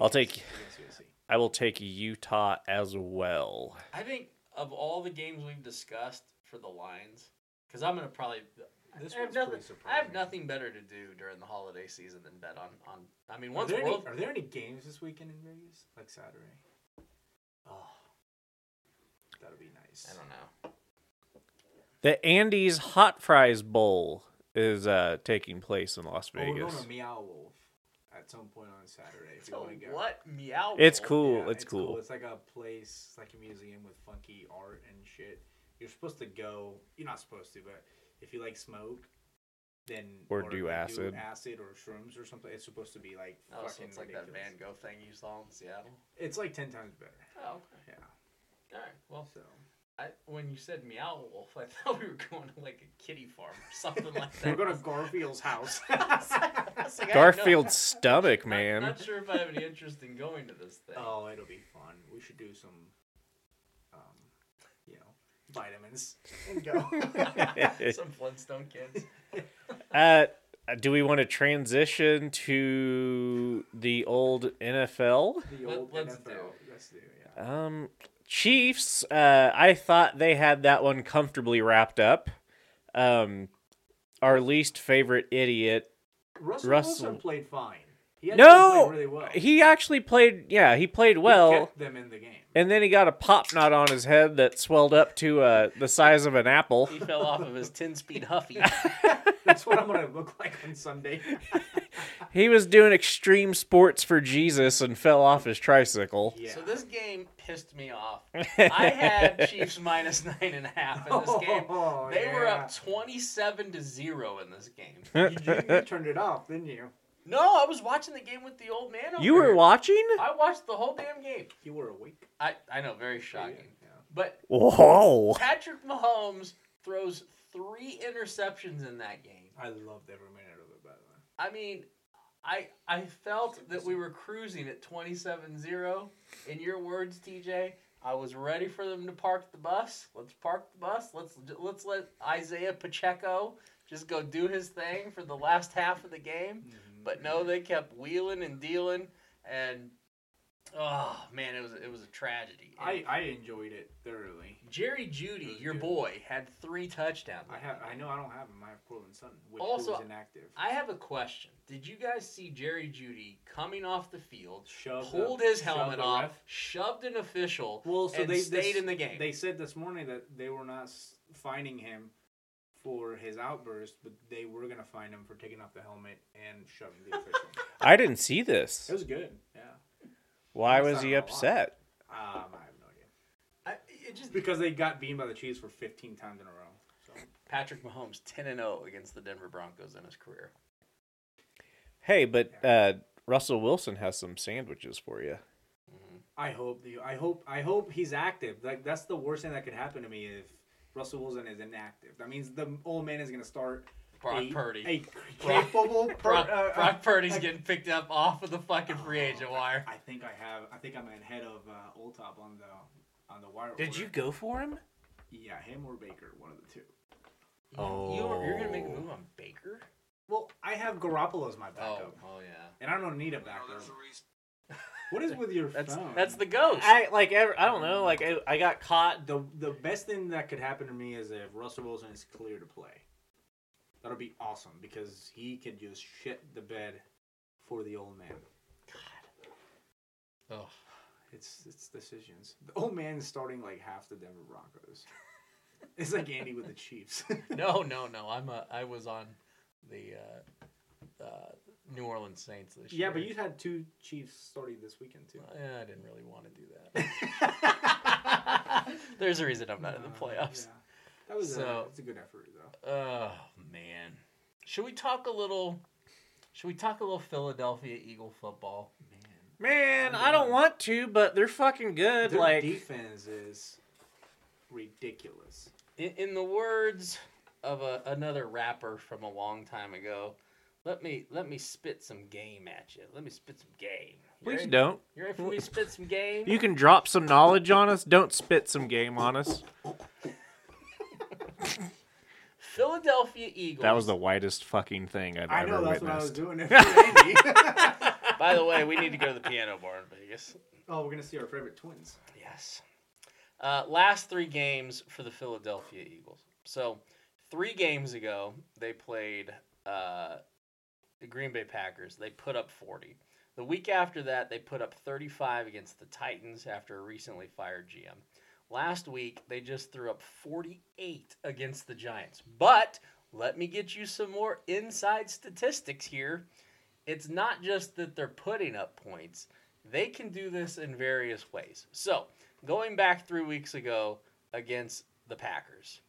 I'll take
against USC.
I will take Utah as well.
I think of all the games we've discussed for the lines, because I'm gonna probably.
This
I have,
one's
nothing,
pretty
I have
surprising.
nothing better to do during the holiday season than bet on, on I mean,
Are
once
there, any,
World
are there any games this weekend in Vegas? Like Saturday?
Oh,
That'll be nice.
I don't know.
The Andes Hot Fries Bowl is uh taking place in Las
Oh, we're
Vegas.
going to Meow Wolf at some point on Saturday. If you
So
want to go.
what meow?
It's
Wolf?
cool.
Yeah,
it's cool.
It's like a place, it's like a museum with funky art and shit. You're supposed to go. You're not supposed to, but if you like smoke, then
Or do
you
acid.
acid or shrooms or something. It's supposed to be like
Oh, so
fucking
it's like that
ridiculous.
Van Gogh thing you saw in Seattle.
It's like ten times better.
Oh, okay.
Yeah.
All right. Well,
So
I, when you said meow wolf, I thought we were going to like a kitty farm or something like that.
we're going to Garfield's house.
I was like, I don't know.
Garfield's stomach,
I'm
man.
Not sure if I have any interest in going to this thing.
Oh, it'll be fun. We should do some, um, you know, vitamins and go.
Some Flintstone kids.
Uh, do we want to transition to the old NFL?
the
Let-
old
let's
NFL.
do
Let's do it, yeah.
Um, Chiefs. Uh, I thought they had that one comfortably wrapped up. Um, our least favorite idiot
Russell,
Russell-
Wilson played fine. He actually
No,
played really well.
he actually played. Yeah, he played well.
he kept them in the game.
And then he got a pop knot on his head that swelled up to uh, the size of an apple.
He fell off of his 10 speed Huffy.
That's what I'm gonna look like on Sunday.
He was doing extreme sports for Jesus and fell off his tricycle.
Yeah.
So this game pissed me off. I had Chiefs minus nine and a half in this game.
Oh,
they were
yeah.
up 27 to zero in this game.
you, you, you turned it off, didn't you?
No, I was watching the game with the old man. Over
You were
here.
watching?
I watched the whole damn game.
You were awake.
I, I know, very shocking. But
Whoa.
Patrick Mahomes throws three interceptions in that game.
I loved every minute of it, by the way.
I mean, I I felt that we were cruising at 27-0. In your words, TJ, I was ready for them to park the bus. Let's park the bus. Let's let's let Isaiah Pacheco just go do his thing for the last half of the game.
Mm-hmm.
But no, they kept wheeling and dealing and oh man, it was it was a tragedy.
I, I enjoyed it thoroughly.
Jerry Judy, your boy, had three touchdowns.
I have I know I don't have him. I have Cortland Sutton, which
Also-
was inactive.
I have a question. Did you guys see Jerry Judy coming off the field,
Shoved
pulled
the-
his
shoved
helmet
the
off,
ref?
shoved an official,
Well, so
and
they
stayed
this-
in the game?
They said this morning that they were not s- fining him for his outburst, but they were gonna fine him for taking off the helmet and shoving the official.
I didn't see
it
this.
was good. Yeah.
Why
That's
was
not
he
a lot.
upset?
Um, I have no idea.
I, it just
Because they got beamed by the Chiefs for 15 times in a row. So
Patrick Mahomes 10 and 0 against the Denver Broncos in his career.
Hey, but uh, Russell Wilson has some sandwiches for you.
I hope the I hope I hope he's active. Like that's the worst thing that could happen to me if Russell Wilson is inactive. That means the old man is gonna start.
Brock
a,
Purdy.
a capable. per-
Brock,
uh, uh,
Brock Purdy's
a-
getting picked up off of the fucking free agent wire.
I think I have. I think I'm ahead of uh, Old Top on the on the wire. order.
go for him?
Yeah, him or Baker, one of the two.
Oh.
You, are going to make a move on Baker?
Well, I have Garoppolo as my
Oh,
backup,
oh yeah.
and I don't need a backup. What is with your
That's
phone?
that's the ghost.
I like. ev- I don't know. Like I, I got caught.
the the best thing that could happen to me is if Russell Wilson is clear to play. That'll be awesome because he could just shit the bed for the old man.
oh.
It's it's decisions. The old man's starting like half the Denver Broncos. it's like Andy with the Chiefs.
No, no, no. I'm a, I was on the uh, uh, New Orleans Saints this year.
yeah, but you had two Chiefs starting this weekend too.
Yeah, I didn't really want to do that. There's a reason I'm not in the playoffs.
Yeah. That was
So-
a, that's a good effort though.
Oh man, should we talk a little? Should we talk a little Philadelphia Eagle football?
Man, I don't want to, but they're fucking good.
Their
like
defense is ridiculous.
In, in the words of a, another rapper from a long time ago, let me let me spit some game at you. Let me spit some game. You
please
ready?
don't.
You ready for me to spit some game?
You can drop some knowledge on us. Don't spit some game on us.
Philadelphia Eagles.
That was the whitest fucking thing I've
I
ever
know that's what I was
witnessed.
doing. It for Andy.
By the way, we need to go to the piano bar in Vegas.
oh, we're gonna see our favorite twins.
Yes. Uh, last three games for the Philadelphia Eagles. So, three games ago, they played uh, the Green Bay Packers. They put up 40. The week after that, they put up 35 against the Titans after a recently fired GM. Last week, they just threw up 48 against the Giants. But let me get you some more inside statistics here. It's not just that they're putting up points, they can do this in various ways. So, going back three weeks ago against the Packers,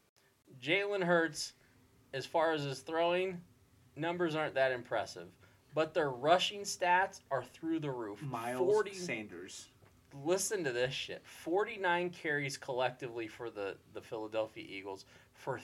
Jalen Hurts, as far as his throwing, numbers aren't that impressive. But their rushing stats are through the roof.
Miles
40
Sanders.
listen to this shit 49 carries collectively for the, the Philadelphia Eagles for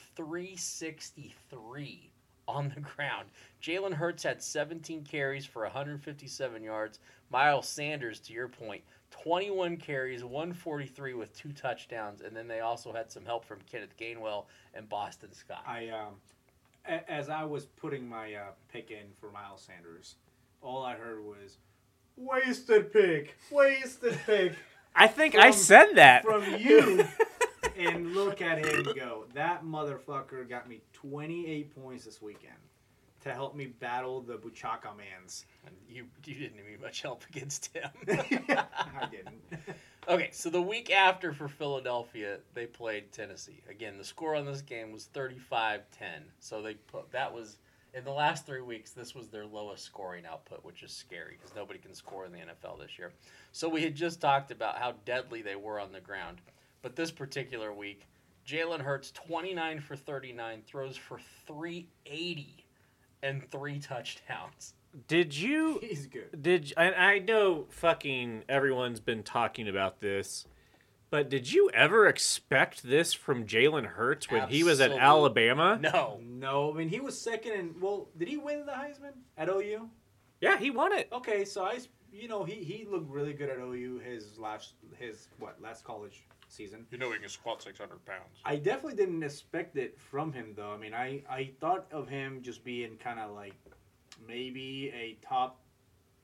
363 on the ground. Jalen Hurts had 17 carries for 157 yards. Miles Sanders, to your point, 21 carries, 143 with two touchdowns, and then they also had some help from Kenneth Gainwell and Boston Scott.
I um, a- as I was putting my uh, pick in for Miles Sanders, all I heard was wasted pick, wasted pick
I think I said that.
from you. and look at him go. That motherfucker got me 28 points this weekend. to help me battle the Buchaka mans.
You you didn't need much help against him.
I didn't.
okay, so the week after for Philadelphia, they played Tennessee. Again, the score on this game was 35-10. So they put that was in the last 3 weeks this was their lowest scoring output, which is scary because nobody can score in the NFL this year. So we had just talked about how deadly they were on the ground. But this particular week, Jalen Hurts 29 for 39 throws for 380 and 3 touchdowns.
Did you
He's good.
Did I, I know fucking everyone's been talking about this, but did you ever expect this from Jalen Hurts when he was at
Absolute-
Alabama?
No.
No, I mean he was second and well, did he win the Heisman at OU?
Yeah, he won it.
Okay, so I, s- you know, he he looked really good at OU his last his what last college season.
You know he can squat 600 pounds.
I definitely didn't expect it from him though. I mean, I I thought of him just being kind of like maybe a top,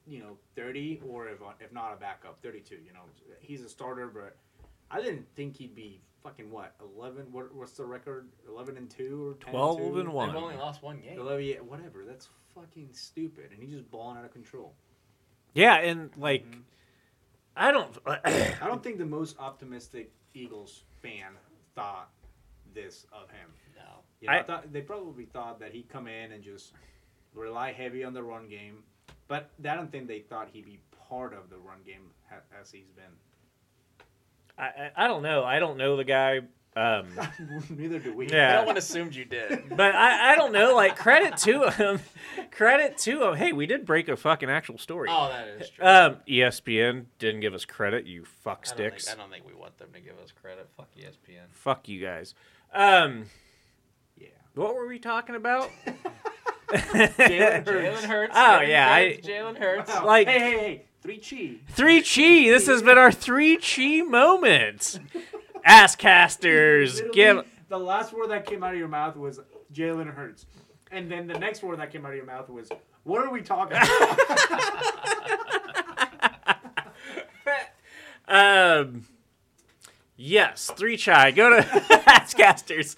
you know, thirty or if if not a backup, thirty two. You know, he's a starter, but I didn't think he'd be fucking what eleven. What what's the record? Eleven and two or 10
12
two?
and
They've
one.
only lost one game.
Eleven, yeah, whatever. That's fucking stupid, and he's just balling out of control.
Yeah, and like,
Mm-hmm.
I don't.
I don't think the most optimistic Eagles fan thought this of him.
No.
You know, I,
I-
thought they probably thought that he'd come in and just rely heavy on the run game, but I don't think they thought he'd be part of the run game ha- as he's been.
I, I, I don't know. I don't know the guy. Um,
Neither do we.
Yeah.
No one assumed you did.
but I, I don't know. Like credit to him. credit to him. Hey, we did break a fucking actual story.
Oh, that is true.
Um, ESPN didn't give us credit. You fuck
I don't, think,
sticks.
I don't think we want them to give us credit. Fuck E ESPN.
Fuck you guys. Um,
Yeah.
what were we talking about?
Jalen
Jalen Hurts.
Hurts.
Oh,
Jalen
yeah, I-
Hurts, Jalen Hurts.
Wow.
Like-
hey, hey, hey, three chi.
Three chi. This has been our three chi moment. Asscasters,
Literally,
give.
the last word that came out of your mouth was Jalen Hurts, and then the next word that came out of your mouth was, "What are we talking about?"
Um, yes, three chi. Go to Asscasters.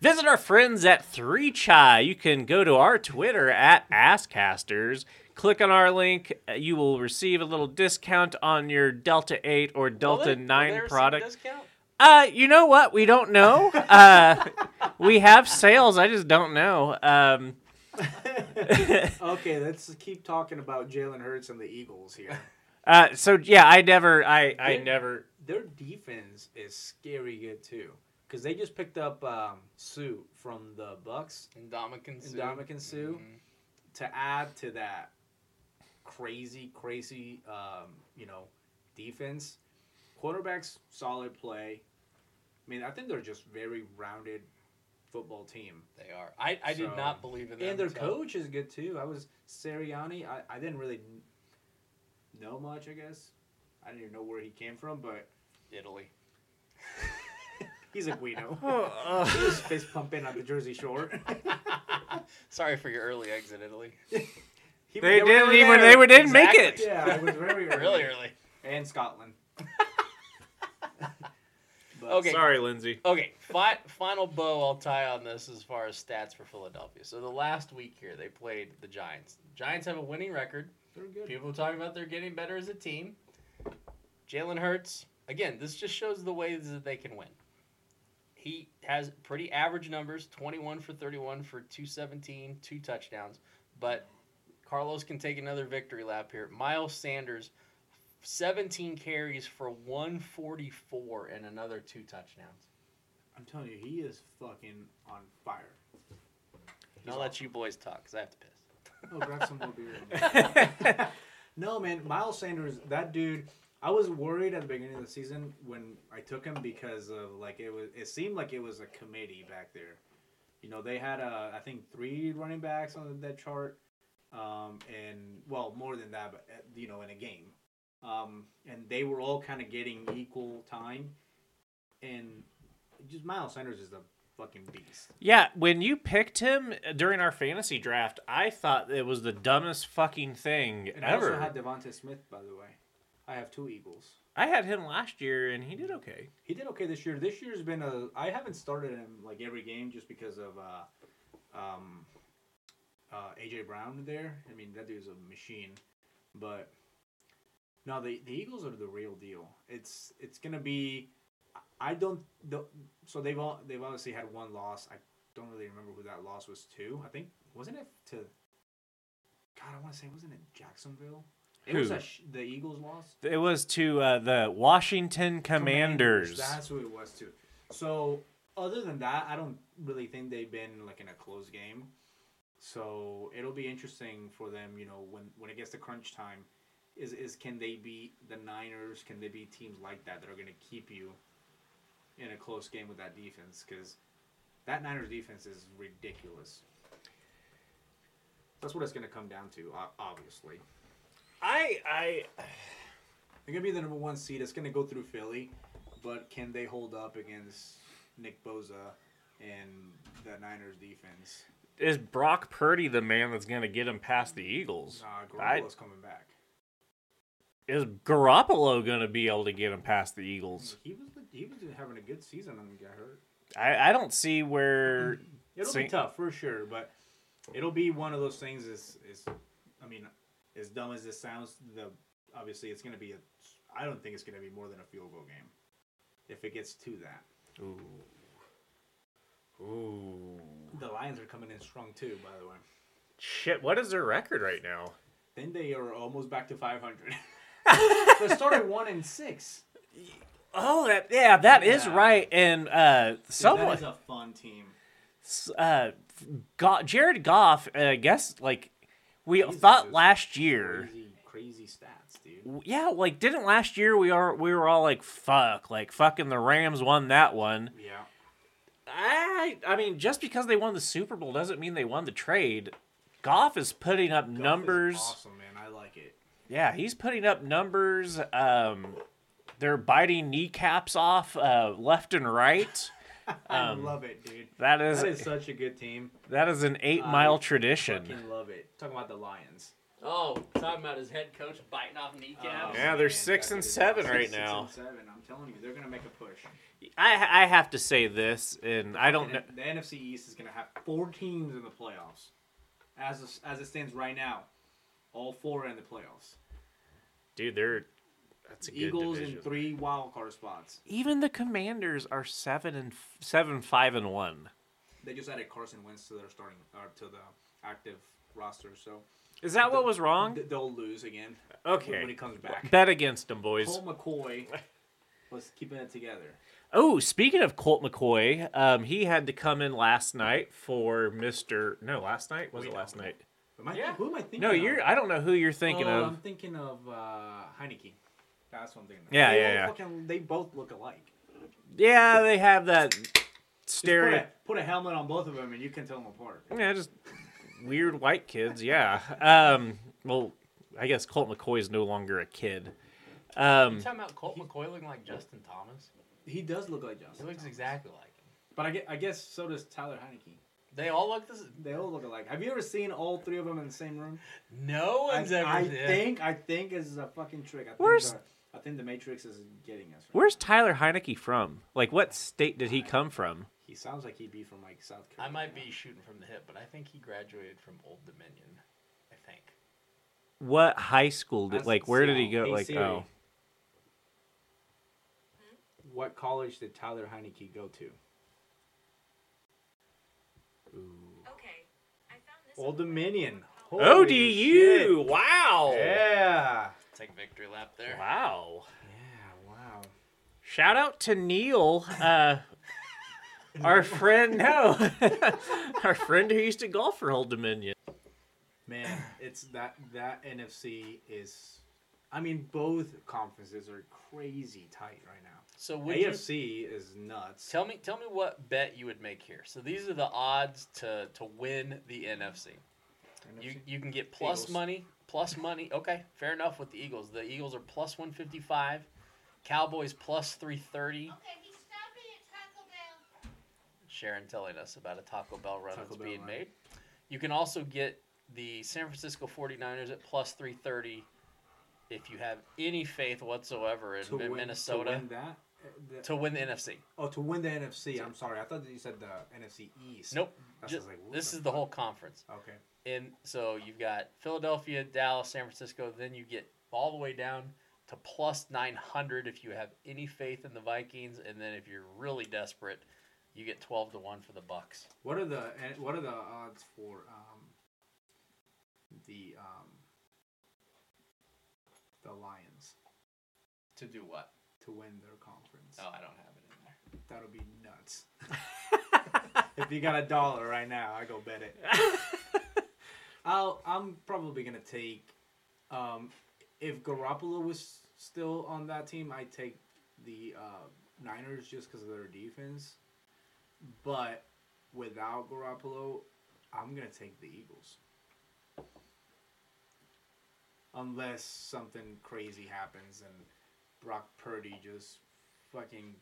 Visit our friends at Three Chai. You can go to our Twitter at Asscasters. Click on our link. Uh, You will receive a little discount on your Delta 8 or
Will
Delta
they- will
9
there some
product.
discount?
Uh, you know what? We don't know. Uh, we have sales. I just don't know. Um,
okay, let's keep talking about Jalen Hurts and the Eagles here.
uh, so yeah, I never, I, I never.
their defense is scary good too because they just picked up um, Sue from the Bucks,
Indomitian Sue. Mm-hmm.
Indomitian Sue, to add to that crazy, crazy, um, you know, defense. Quarterbacks solid play. I mean, I think they're just very rounded football team,
They are. I, I did
So-
not believe in them.
and their
until-
coach is good too. I was Sirianni. I, I didn't really know much, I guess. I didn't even know where he came from, but
Italy.
he's a Guido.
Uh,
He was fist pumping on the Jersey Shore.
Sorry for your early exit, Italy.
He-
they
were
didn't
really
even.
there.
They were- didn't make
Exactly.
it.
Yeah, it was very early.
Really early.
And Scotland. But-
Okay.
Sorry, Lindsay.
Okay, fi- final bow I'll tie on this as far as stats for Philadelphia. So the last week here, they played the Giants. Giants have a winning record.
They're good.
People talking about they're getting better as a team. Jalen Hurts, again, this just shows the ways that they can win. He has pretty average numbers 21 for 31 for 217, two touchdowns. But Carlos can take another victory lap here. Miles Sanders, 17 carries for 144 and another two touchdowns.
I'm telling you, he is fucking on fire.
And I'll let you boys talk because I have to piss.
Oh, grab some more beer. no, man, Miles Sanders, that dude. I was worried at the beginning of the season when I took him because of like it was. It seemed like it was a committee back there. You know, they had uh, I think three running backs on that chart, um, and well, more than that, but uh, you know, in a game, um, and they were all kind of getting equal time, and just Miles Sanders is a fucking beast.
Yeah, when you picked him uh, during our fantasy draft, I thought it was the dumbest fucking thing
And
ever.
I also had Devonta Smith, by the way. I have two Eagles.
I had him last year, and he did okay.
He did okay this year. This year's been a. I haven't started him like every game just because of uh, um, uh, AJ Brown there. I mean, that dude's a machine. But no, the the Eagles are the real deal. It's it's gonna be. I- I don't. The, so they've all they've obviously had one loss. I don't really remember who that loss was to. I think wasn't it to. God, I want to say wasn't it Jacksonville? It was
Who?
a sh- the Eagles lost.
It was to uh, the Washington Commanders.
That's who it was too. So other than that, I don't really think they've been like in a close game. So it'll be interesting for them, you know, when when it gets to crunch time, is is can they beat the Niners? Can they beat teams like that that are going to keep you in a close game with that defense? Because that Niners defense is ridiculous. That's what it's going to come down to, o- obviously.
I I
They're gonna be the number one seed. It's gonna go through Philly, but can they hold up against Nick Boza and the Niners defense?
is Brock Purdy the man that's going to get him past the Eagles?
Nah,
I-
Garoppolo's coming back.
is Garoppolo going to be able to get him past the Eagles?
He was he was having a good season and he got hurt.
I, I don't see where
It'll
Saint-
be tough for sure, but it'll be one of those things. Is is I mean, as dumb as this sounds, the obviously it's gonna be a. I don't think it's gonna be more than a field goal game, if it gets to that.
Ooh. Ooh.
The Lions are coming in strong too, by the way.
Shit, what is their record right now?
Then they are almost back to 500. they started one and six.
Oh, that yeah, that is
Yeah.
right. And uh
That
somewhat
is a fun team.
uh Go- Jared Goff, uh, I guess like we thought
just
last year.
Crazy, crazy stats, dude.
w- Yeah, like didn't last year we are we were all like fuck, like fucking the Rams won that one.
Yeah.
I I mean just because they won the Super Bowl doesn't mean they won the trade. Goff is putting up numbers.
Awesome, man. I like it.
Yeah, he's putting up numbers. Um, they're biting kneecaps off uh, left and right.
I
Um,
love it, dude.
That is
That is such a good team.
that is an eight mile tradition.
Fucking love it. Talking about the Lions.
Oh, talking about his head coach biting off kneecaps.
Oh, Yeah, they're six
that
and
is-
seven
six
right
and
now.
seven. I'm telling you, they're gonna make a push.
I I have to say this, and I don't
And
know.
The NFC East is gonna have four teams in the playoffs. As as it stands right now, all four are in the playoffs.
Dude, they're that's a good
Eagles in
division.
three wild card spots.
Even the Commanders are seven and f- seven five and one.
They just added Carson Wentz to their starting or to the active roster, so
Is that what was wrong?
th- they'll lose again.
Okay.
when he comes back.
Bet against them, boys.
Cole McCoy was keeping it together.
Oh, speaking of Colt McCoy, um, he had to come in last night for Mister. No, last night was it last night?
Am I, Who am I thinking?
No, you're. I don't know Um, who you're thinking
oh,
of.
I'm thinking of uh, Heineke. That's what I'm thinking. Of.
Yeah,
They
yeah,
all
yeah.
Fucking, they both look alike.
Yeah, they have that
Just put,
stereo.
a, put a helmet on both of them, and you can tell them apart.
Yeah, just weird white kids. Yeah. Um. Well, I guess Colt McCoy is no longer a kid. Um.
You talking about Colt McCoy looking like Justin Thomas?
He does look like Justin.
He looks
Thomas.
exactly like him.
But I guess, I guess so does Tyler Heineke.
They all look this.
They all look alike. Have you ever seen all three of them in the same room?
No
I,
one's ever.
I
yeah.
think I think this is a fucking trick. I think,
Where's-
the, I think the Matrix is getting us.
Where's Tyler Heineke from? Like, what state did he come from?
He sounds like he'd be from like South
I
Carolina.
might be shooting from the hip, but I think he graduated from Old Dominion. I think.
What high school did?
That's-
Like, where did he
so,
go?
hey,
Like,
Siri.
oh,
Hmm? What college did Tyler Heineke go to?
Okay. I found this
Old Dominion. Holy
ODU. Wow.
shit. Yeah.
Take victory lap there.
Wow.
Yeah. Wow.
Shout out to Neil, uh, our friend. No, our friend who used to golf for Old Dominion.
Man, it's that that NFC is. I mean, both conferences are crazy tight right now.
So would you
AFC is nuts.
tell me tell me what bet you would make here? So these are the odds to to win the NFC. You
NFC?
you can get plus
Eagles.
money, plus money. Okay, fair enough with the Eagles. The Eagles are plus 155. Cowboys plus 330.
Okay, he's stopping at Taco Bell.
Sharon telling us about a Taco Bell run
Taco
that's
Bell
being
run.
made. You can also get the San Francisco 49ers at plus 330 if you have any faith whatsoever in,
To
in
win- to
Minnesota.
win that eh, The,
to win the NFC.
oh, to win the NFC. I'm sorry. I thought that you said the NFC East.
Nope.
That's
Ju-
just like, what
this
the
is the whole conference.
Okay.
And so you've got Philadelphia, Dallas, San Francisco. Then you get all the way down to plus 900 if you have any faith in the Vikings. And then if you're really desperate, you get 12 to 1 for the Bucks.
What are the and what are the odds for um the um the Lions
To do what?
to win their conference?
Oh, I don't have it in there.
That'll be nuts. if you got a dollar right now, I go bet it. I'll I'm probably gonna take um if Garoppolo was still on that team, I'd take the uh, Niners just because of their defense. But without Garoppolo, I'm gonna take the Eagles. Unless something crazy happens and Brock Purdy just fucking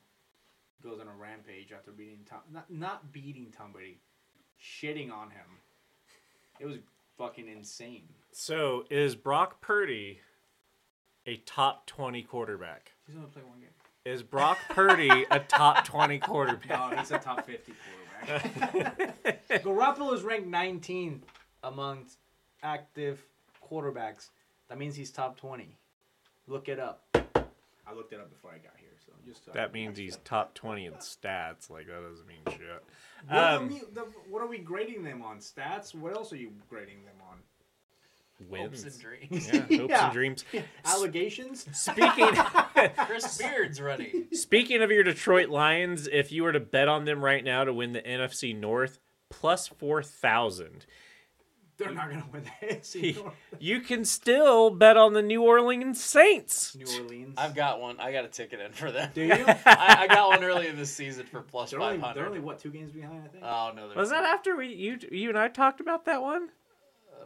goes on a rampage after beating Tom, not, not beating Tom Brady, shitting on him. It was fucking insane.
So is Brock Purdy a top twenty quarterback?
He's only play one game.
Is Brock Purdy a top twenty quarterback?
Oh, he's a top 50 quarterback. Garoppolo is ranked 19 amongst active quarterbacks. That means he's top 20. Look it up.
Um,
I looked it up before I got here, so just so I-
That means he's top twenty in stats. Like that doesn't mean shit.
What, are
Um,
we, the, what are we grading them on? Stats? What else are you grading them on?
Hopes
wins.
Hmm.
and dreams.
Yeah, hopes
Yeah.
and dreams.
Allegations?
Speaking.
Chris Beard's ready.
Speaking of your Detroit Lions, if you were to bet on them right now to win the NFC North, plus 4,000.
They're not gonna win the AFC North.
You can still bet on the New Orleans Saints.
New Orleans.
I've got one. I got a ticket in for them.
Do you?
I, I got one earlier this season for plus
They're only,
500.
they're only what two games behind? I think.
oh, no. they're
Was that
not.
after we you you and I talked about that one?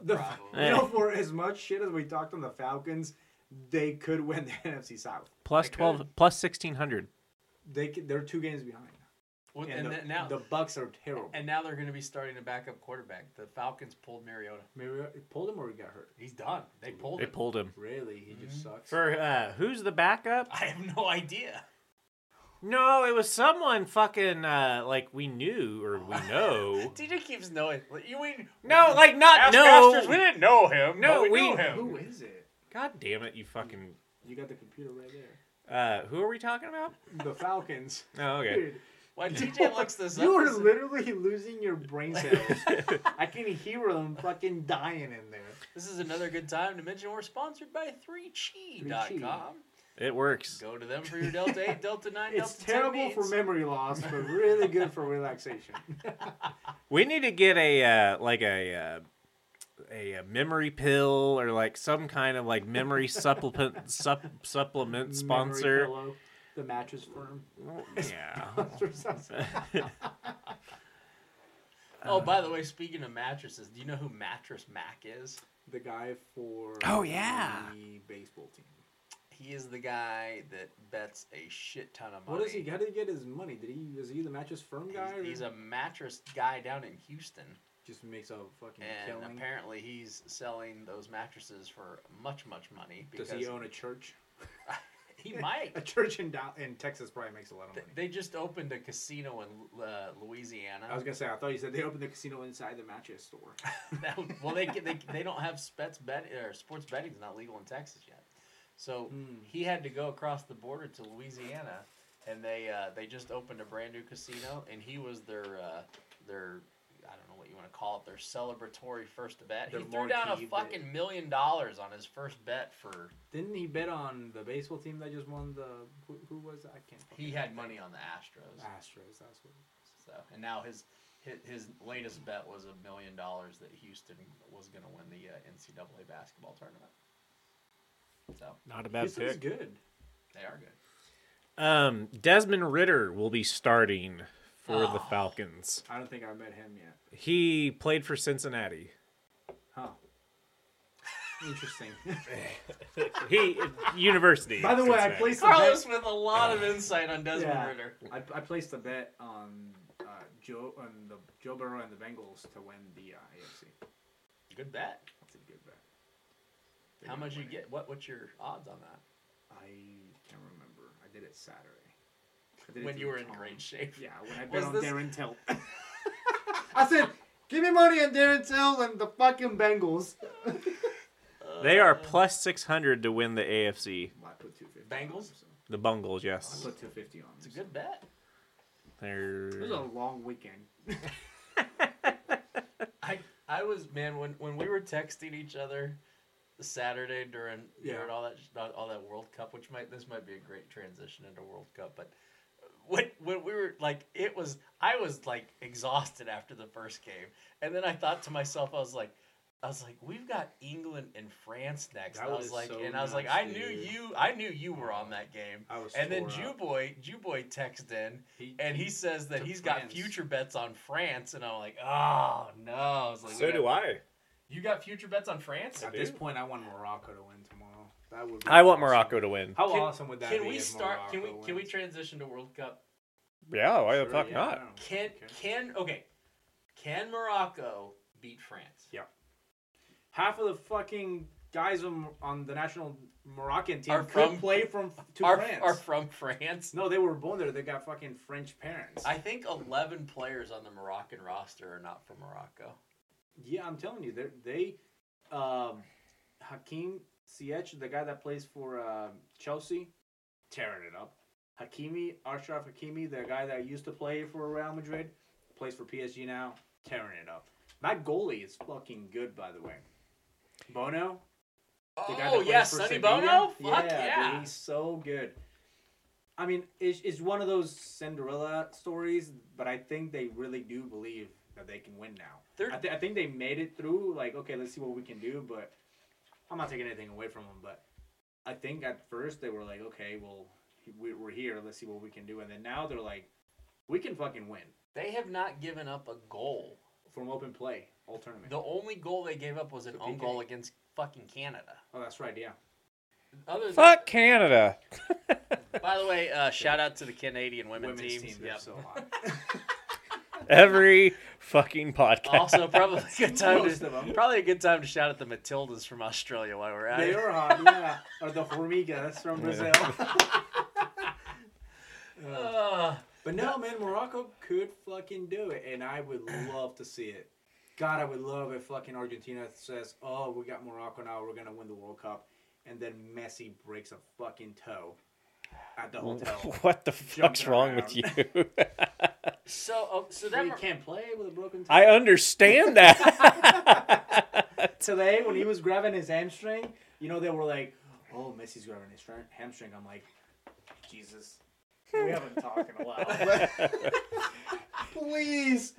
The-
probably.
you know, for as much shit as we talked on the Falcons, they could win the NFC South.
Plus 12 plus 1600.
They could, they're two games behind,
Well,
and,
and
the,
then now,
the Bucks are terrible.
and now they're going to be starting a backup quarterback. The Falcons pulled Mariota.
Maybe it pulled him or he got hurt.
He's done. They pulled
They
him.
pulled him.
Really, he just
Mm-hmm.
sucks.
For uh who's the backup?
I have no idea.
No, it was someone fucking uh like we knew or we know.
TJ keeps knowing. You mean
no, like not no.
didn't know him.
No, but we we- knew him.
Who is it?
God damn it, you fucking
You got the computer right there.
uh who are we talking about?
The Falcons.
Oh, okay.
Dude,
When TJ looks this up,
you are
this is-
literally losing your brain cells. I can hear them fucking dying in there.
this is another good time to mention we're sponsored by 3chi.com.
It works.
Go to them for your Delta 8, Delta 9,
It's
Delta 10
terrible for
needs.
memory loss, but really good for relaxation.
We need to get a uh, like a, uh, a uh, memory pill or like some kind of like memory supplement sup, supplement
Memory
sponsor.
pillow, the mattress firm.
Yeah.
Or something.
Oh, by the way, speaking of mattresses, do you know who Mattress Mac is?
the guy for
Oh, yeah.
the baseball team.
He is the guy that bets a shit ton of money.
What is he? How did he get his money? Did he? Is he the mattress firm guy?
He's,
or
he's a mattress guy down in Houston.
just makes a fucking
And
killing.
apparently he's selling those mattresses for much, much money because
Does he own a church?
he might.
A church in Dal- in Texas probably makes a lot of
Th-
money.
They just opened a casino in uh, Louisiana.
I was gonna say I thought you said they opened the casino inside the mattress store.
That would- well, they, ca- they they don't have spets bet or sports betting's not legal in Texas yet, so
Hmm.
he had to go across the border to Louisiana, and they uh, they just opened a brand new casino, and he was their uh, their I don't know what you want to call it their celebratory first bet.
Their
he threw down a
marquee bet.
fucking million dollars on his first bet for
Didn't he bet on the baseball team that just won the? Who, who was that? I can't. fucking
he had money on the Astros.
Astros. That's what.
So and now his his, his latest bet was a million dollars that Houston was going to win the uh, NCAA basketball tournament. So
Not a bad
This is
pick.
good.
they are good.
Um Desmond Ritter will be starting for
Ah.
the Falcons.
I don't think I met him yet.
He played for Cincinnati.
Huh. Interesting.
He University.
By
of
the way, I
Cincinnati.
placed a bet.
Carlos with a lot of insight on Desmond
Yeah.
Ritter.
I, I placed a bet on uh, Joe on the Joe Burrow and the Bengals to win the uh, AFC.
Good bet.
That's a good bet.
How much you get? What what's your odds on that?
I can't remember. I did it Saturday. I did it
when
to
you were in
Tom.
great shape.
Yeah, when I
Was
bet on
this-
Darren Till. I said, give me money on Darren Till and the fucking Bengals.
They are
Uh.
plus 600 to win the AFC.
I put 250.
Bengals?
The Bungles,
I
yes.
put 250 on.
It's a good bet.
They're...
It was a long weekend.
I I was man when when we were texting each other Saturday during
Yeah.
during all that all that World Cup, which might this might be a great transition into World Cup, but when when we were like it was I was like exhausted after the first game, and then I thought to myself I was like. I was like, we've got England and France next.
That
and I
was
was like,
so
and I was like,
nuts,
I knew
dude.
you, I knew you were on that game.
I was
and then
tore
Jew
up.
Boy, Jew Boy texted in,
He-
and he says that
took
he's got
France.
future bets on France, and I'm like, oh no. I was like,
So do I.
you got future bets on France?
At this point, I want Morocco to win tomorrow. That would. Be
I want
awesome.
Morocco to win.
How
Can-
awesome would that be?
Can we
if
start? Can we
Morocco
can we
wins?
transition to World Cup?
Yeah, why the
Sure,
fuck
yeah, I
not?
don't
Can
care.
can okay? Can Morocco beat France?
half of the fucking guys on, on the national Moroccan team
Are
could
from-
play from to
Are,
France?
are from France?
no, they were born there. They got fucking French parents.
I think eleven players on the Moroccan roster are not from Morocco.
yeah, I'm telling you, they're- they they um, Hakim Ziyech, the guy that plays for um Chelsea, tearing it up. Hakimi, Ashraf Hakimi, the guy that used to play for Real Madrid, plays for PSG now, tearing it up. That goalie is fucking good, by the way. Bono, The guy that
Oh
plays
yeah,
for
Sonny
Sevilla?
Bono. Fuck
dude,
yeah!
he's so good. I mean, it's, it's one of those Cinderella stories, but I think they really do believe that they can win now.
They're-
I, thi- I think they made it through. Like, okay, let's see what we can do. But I'm not taking anything away from them. But I think at first they were like, okay, well, we, we're here. Let's see what we can do. And then now they're like, we can fucking win
They have not given up a goal.
from open play all tournament.
The only goal they gave up was an own goal against fucking Canada.
Oh, that's right. Yeah.
Other than-
Fuck Canada.
By the way, uh, shout out to the Canadian women
Women's
team.
team. They're so hot.
Every fucking podcast.
Also, probably a good time
Most of
to,
'em.
probably a good time to shout at the Matildas from Australia while we're at
They
it.
are hot, yeah. Or the hormigas from Brazil.
Ugh.
but no, man, Morocco could fucking do it, and I would love to see it. God, I would love if fucking Argentina says, "Oh, we got Morocco now. We're gonna win the World Cup," and then Messi breaks a fucking toe at the hotel.
what the fuck's
Jumping
wrong with you?
so, oh, so
That
that
he
Mor-
can't play with a broken toe.
I understand that.
Today, when he was grabbing his hamstring, you know, they were like, "Oh, Messi's grabbing his str- hamstring." I'm like, Jesus, we haven't talked in a while. please,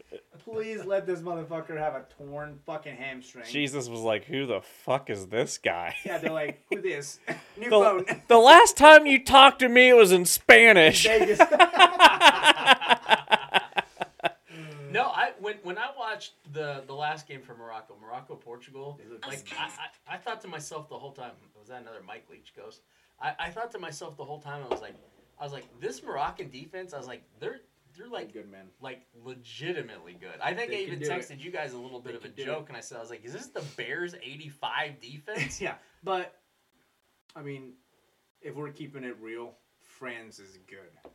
please let this motherfucker have a torn fucking hamstring.
Jesus was like, who the fuck is this guy?
Yeah, they're like, who this? New phone.
The, the last time you talked to me, it was in Spanish.
Vegas.
no, I when when I watched the the last game for Morocco, Morocco Portugal,
look
like I, I, I thought to myself the whole time, was that another Mike Leach ghost? I, I thought to myself the whole time, I was like, I was like, this Moroccan defense, I was like, they're they're like
Good man.
like legitimately good. I think
They
I
can
even
do it.
texted you guys a little bit
They
of a
can do
joke,
it.
and I said, I was like, is this the Bears '85 defense?
Yeah, but I mean, if we're keeping it real, France is good.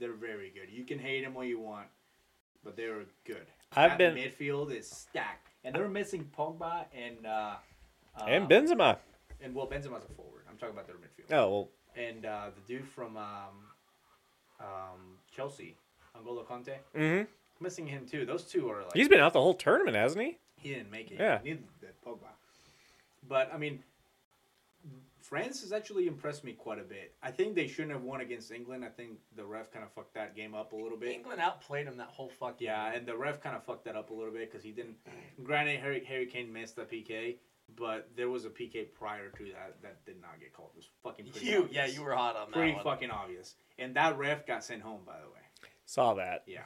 They're very good. You can hate them all you want, but they're good.
I've
That
been-
midfield is stacked, and they're missing Pogba and uh, uh,
And Benzema.
and well Benzema's a forward. I'm talking about their midfield.
Oh, well,
And uh, the dude from um, um, Chelsea, Angolo Conte,
Mhm.
missing him too. Those two are like
he's been out the whole tournament, hasn't he?
he didn't make it.
Yeah.
Neither did Pogba. But I mean, France has actually impressed me quite a bit. I think they shouldn't have won against England. I think the ref kind of fucked that game up a little bit.
England outplayed them that whole fucking.
Yeah, and the ref kind of fucked that up a little bit because he didn't. Granted, Harry, Harry Kane missed the PK, but there was a PK prior to that that did not get called. It was fucking pretty
you
obvious.
yeah you were hot on that
pretty
one.
fucking obvious. And that ref got sent home, by the way.
Saw that.
Yeah.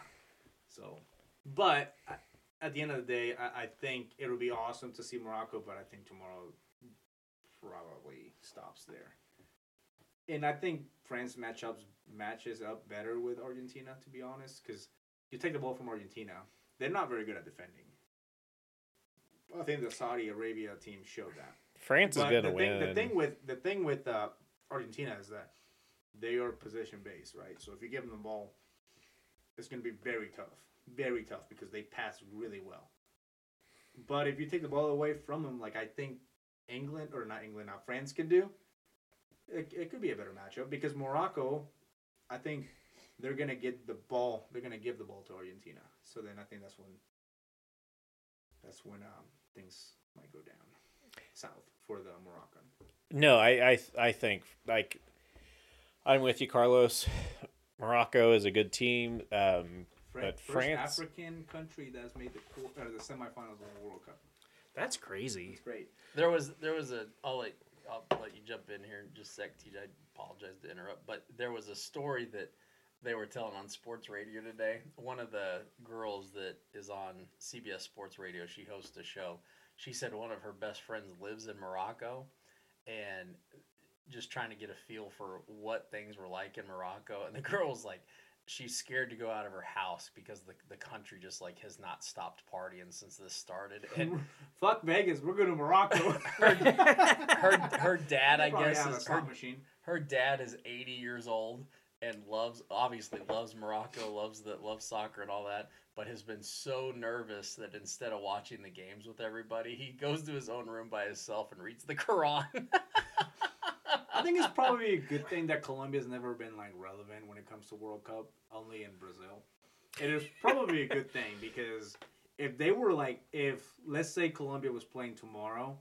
So, but I- at the end of the day, I, I think it'll be awesome to see Morocco, but I think tomorrow probably stops there. And I think France matchups matches up better with Argentina, to be honest, because you take the ball from Argentina, they're not very good at defending. I think the Saudi Arabia team showed that.
France is
But
going to
the thing,
win.
the thing with the thing with uh, Argentina is that they are position based, right? So if you give them the ball, it's going to be very tough, very tough because they pass really well. But if you take the ball away from them, like I think England or not England, now France can do, it, it could be a better matchup because Morocco, I think they're going to get the ball. They're going to give the ball to Argentina. So then I think that's when that's when um, things might go down south for the Moroccan.
No, I, I, I think like I'm with you, Carlos. Morocco is a good team, um,
Fran-
but
first
France.
African country that's made the quar- or the semifinals of the World Cup.
That's crazy.
It's great.
There was there was a I'll let I'll let you jump in here in just a sec, TJ. I apologize to interrupt, but there was a story that they were telling on sports radio today. One of the girls that is on CBS Sports Radio, she hosts a show. She said one of her best friends lives in Morocco and just trying to get a feel for what things were like in Morocco. And the girl was like, she's scared to go out of her house because the, the country just like has not stopped partying since this started. And
Fuck Vegas, we're going to Morocco.
her her dad, I
Probably
guess,
have a
is her,
slot machine.
her dad is 80 years old and loves obviously loves Morocco, loves the loves soccer and all that, but has been so nervous that instead of watching the games with everybody, he goes to his own room by himself and reads the Quran.
I think it's probably a good thing that Colombia's never been like relevant when it comes to World Cup, only in Brazil. It is probably a good thing because if they were like, if let's say Colombia was playing tomorrow,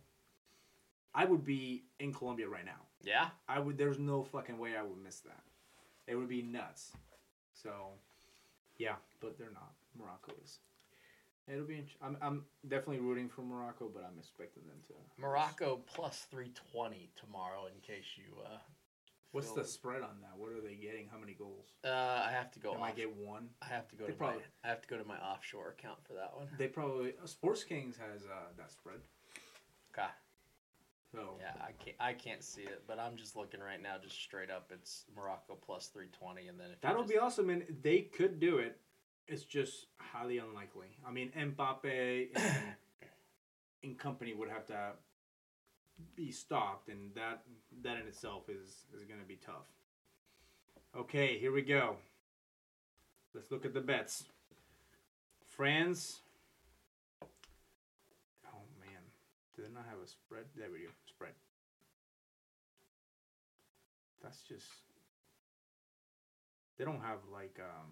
I would be in Colombia right now.
yeah.
I would. There's no fucking way I would miss that. It would be nuts. So, yeah, but they're not. Morocco is. It'll be. int- I'm. I'm definitely rooting for Morocco, but I'm expecting them to.
Morocco plus 320 tomorrow in case you uh,
What's
Phil-
the spread on that? What are they getting? How many goals?
uh I have to go
They
off,
might get one.
I have to go
they
to
probably-
my I have to go to my offshore account for that one.
They probably Sports Kings has uh, that spread.
Okay.
So
Yeah, I can't. I can't see it, but I'm just looking right now, just straight up. It's Morocco plus three twenty, and then if
that'll
you
be
just,
awesome, and they could do it. It's just highly unlikely. I mean, Mbappe and, and company would have to be stopped, and that that in itself is is going to be tough. Okay, here we go. Let's look at the bets. France. Oh man, did they not have a spread? There we go. Spread. That's just they don't have like um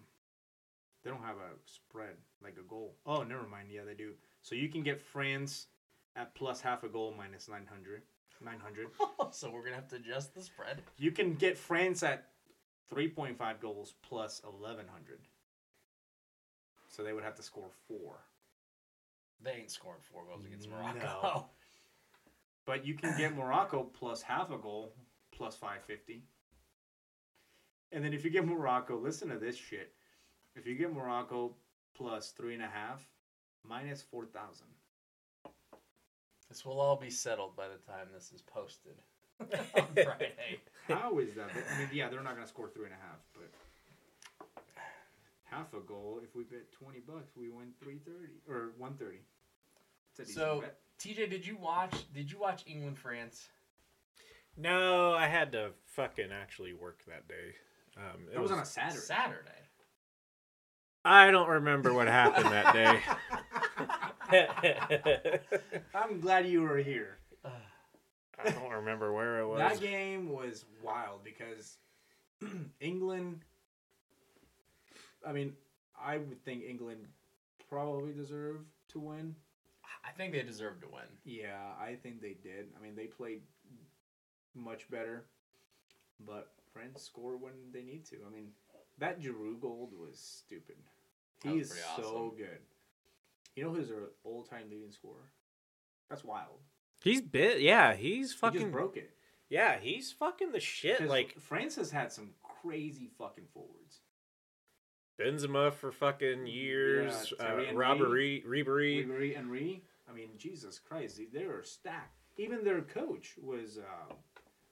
they don't have a spread like a goal oh never mind yeah they do so you can get france at plus half a goal minus 900 900
so we're gonna have to adjust the spread.
you can get france at 3.5 goals plus 1100 so they would have to score four
They ain't scoring four goals against Morocco.
No. but you can get morocco plus half a goal plus 550 and then if you get morocco listen to this shit if you get morocco plus three and a half minus 4000
This will all be settled by the time this is posted on Friday.
How is that? I mean, yeah, they're not gonna score three and a half, but half a goal. If we bet twenty bucks, we win three thirty or one thirty.
so TJ, did you watch? Did you watch England France?
No, I had to fucking actually work that day. Um, it
that was,
was,
on a Saturday.
Saturday.
I don't remember what happened that day.
I'm glad you were here.
I don't remember where I was.
That game was wild because England. I mean, I would think England probably deserved to win.
I think they deserve to win.
Yeah, I think they did. I mean, they played much better, but France score when they need to. I mean, that Giroud gold was stupid.
That
He
was
is
pretty
so
awesome.
good. You know who's our all-time leading scorer? That's wild.
He's bit. Yeah, he's
he
fucking.
just broke it.
yeah, he's fucking the shit.
'Cause
Like
France has had some crazy fucking forwards.
Benzema for fucking years.
Yeah,
uh,
Thierry
Robbery, Ribery.
Ribery, Henry. I mean, Jesus Christ, they- they are stacked. Even their coach was uh,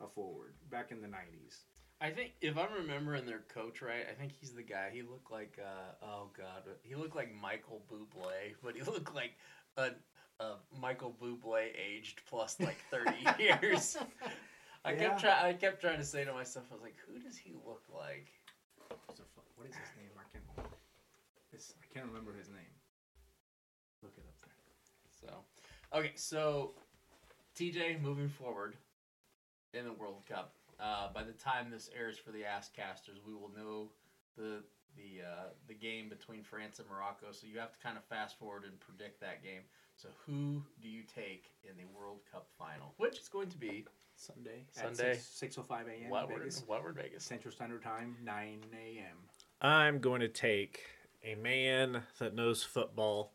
a forward back in the '90s.
I think if I'm remembering their coach right, I think he's the guy. He looked like uh, oh god, he looked like Michael Bublé, but he looked like a, a Michael Bublé aged plus like 30 years. I
Yeah.
kept try- I kept trying to say to myself, I was like, who does he look like?
So fuck, what is his name? I can't. It's, I can't remember his name. Look it up there.
So, okay, so TJ, moving forward in the World Cup, uh, by the time this airs for the Ass Casters, we will know the the uh, the game between France and Morocco. So you have to kind of fast forward and predict that game. So who do you take in the World Cup final, which is going to be
Sunday.
Sunday.
At six o five a.m.
Watford,
Vegas.
Watford, Vegas?
Central Standard Time, nine a.m.
I'm going to take a man that knows football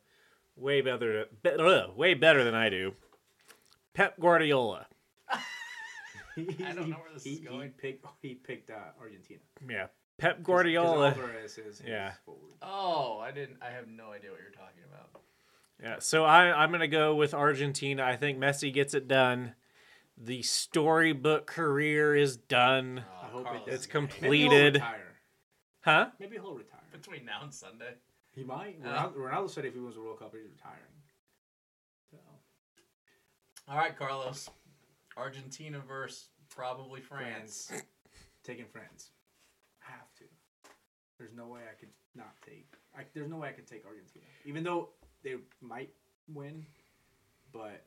way better, be, ugh, way better than I do. Pep Guardiola.
I don't know where this
he,
is going.
He picked. He picked uh, Argentina. 'Cause-
Yeah, Pep
'cause
Guardiola.
Alvarez is, is
Yeah.
forward.
Oh, I didn't. I have no idea what you're talking about.
Yeah, so I, I'm going to go with Argentina. I think Messi gets it done. The storybook career is done.
Uh,
I hope it
Carlos,
doesn't
It's
hang it
Maybe he'll
completed.
retire.
Huh?
Maybe he'll retire.
between now and Sunday.
He might.
Uh.
Ronaldo, Ronaldo said if he wins the World Cup, he's retiring. So
All right, Carlos. Argentina versus probably France.
France, taking France. I have to. There's no way I could not take. I, there's no way I could take Argentina, even though they might win, but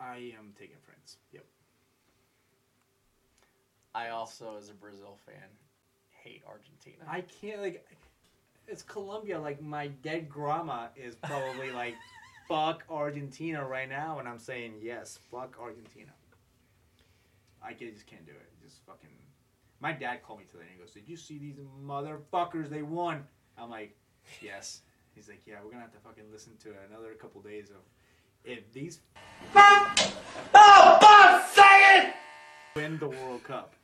I am taking France. Yep.
I also, as a Brazil fan, hate Argentina.
I can't like. It's Colombia. Like my dead grandma is probably like, "Fuck Argentina" right now, and I'm saying yes, fuck Argentina. I can- just can't do it. Just fucking. My dad called me today and he goes, "Did you see these motherfuckers? They won." I'm like, "Yes." He's like, "Yeah, we're gonna have to fucking listen to another couple days of if these." Win the World Cup.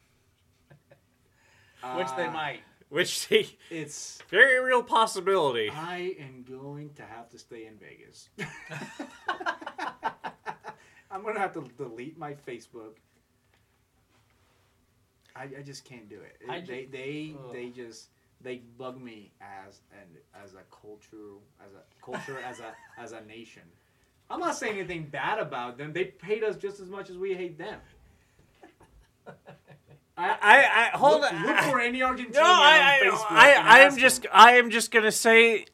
Which they
Uh,
might.
Which the
It's
very real possibility.
I am going to have to stay in Vegas. I'm gonna have to delete my Facebook. I, I just can't do it. It-
I
they
ju-
they
Ugh.
they just they bug me as and as a culture as a culture as a as a nation. I'm not saying anything bad about them. They hate us just as much as we hate them.
I, I hold
look,
on.
look for any Argentinian
no, I,
on
I,
Facebook. and
I, I am
ask
just,
them.
I am just gonna say,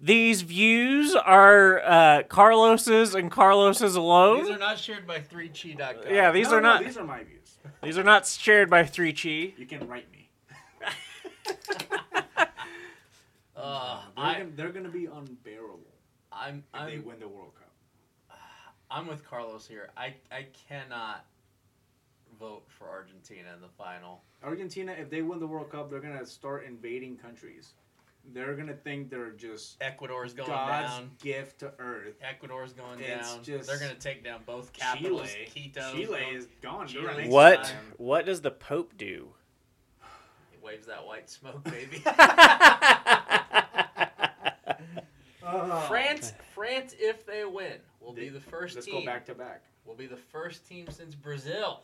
these views are uh, Carlos's and Carlos's alone.
These are not shared by 3chi.com.
yeah, these
No,
are
no,
not.
These are my views.
These are not shared by Three Chi.
You can write me.
Uh,
They're,
I,
gonna, they're gonna be unbearable
I'm,
if they
I'm,
win the World Cup.
I'm with Carlos here. I, I cannot vote for Argentina in the final.
Argentina, if they win the World Cup, they're gonna start invading countries. They're gonna think they're just
Ecuador's going
God's
down.
gift to Earth.
Ecuador's going
It's
down.
just-
They're going to take down both capitals. Quito's
Chile
going-
is gone.
Chile.
They're next
What?
time.
What does the Pope do?
It waves that white smoke, baby. France, France, if they win, will be the 1st
Let's
team.
go back to back.
will be the first team since Brazil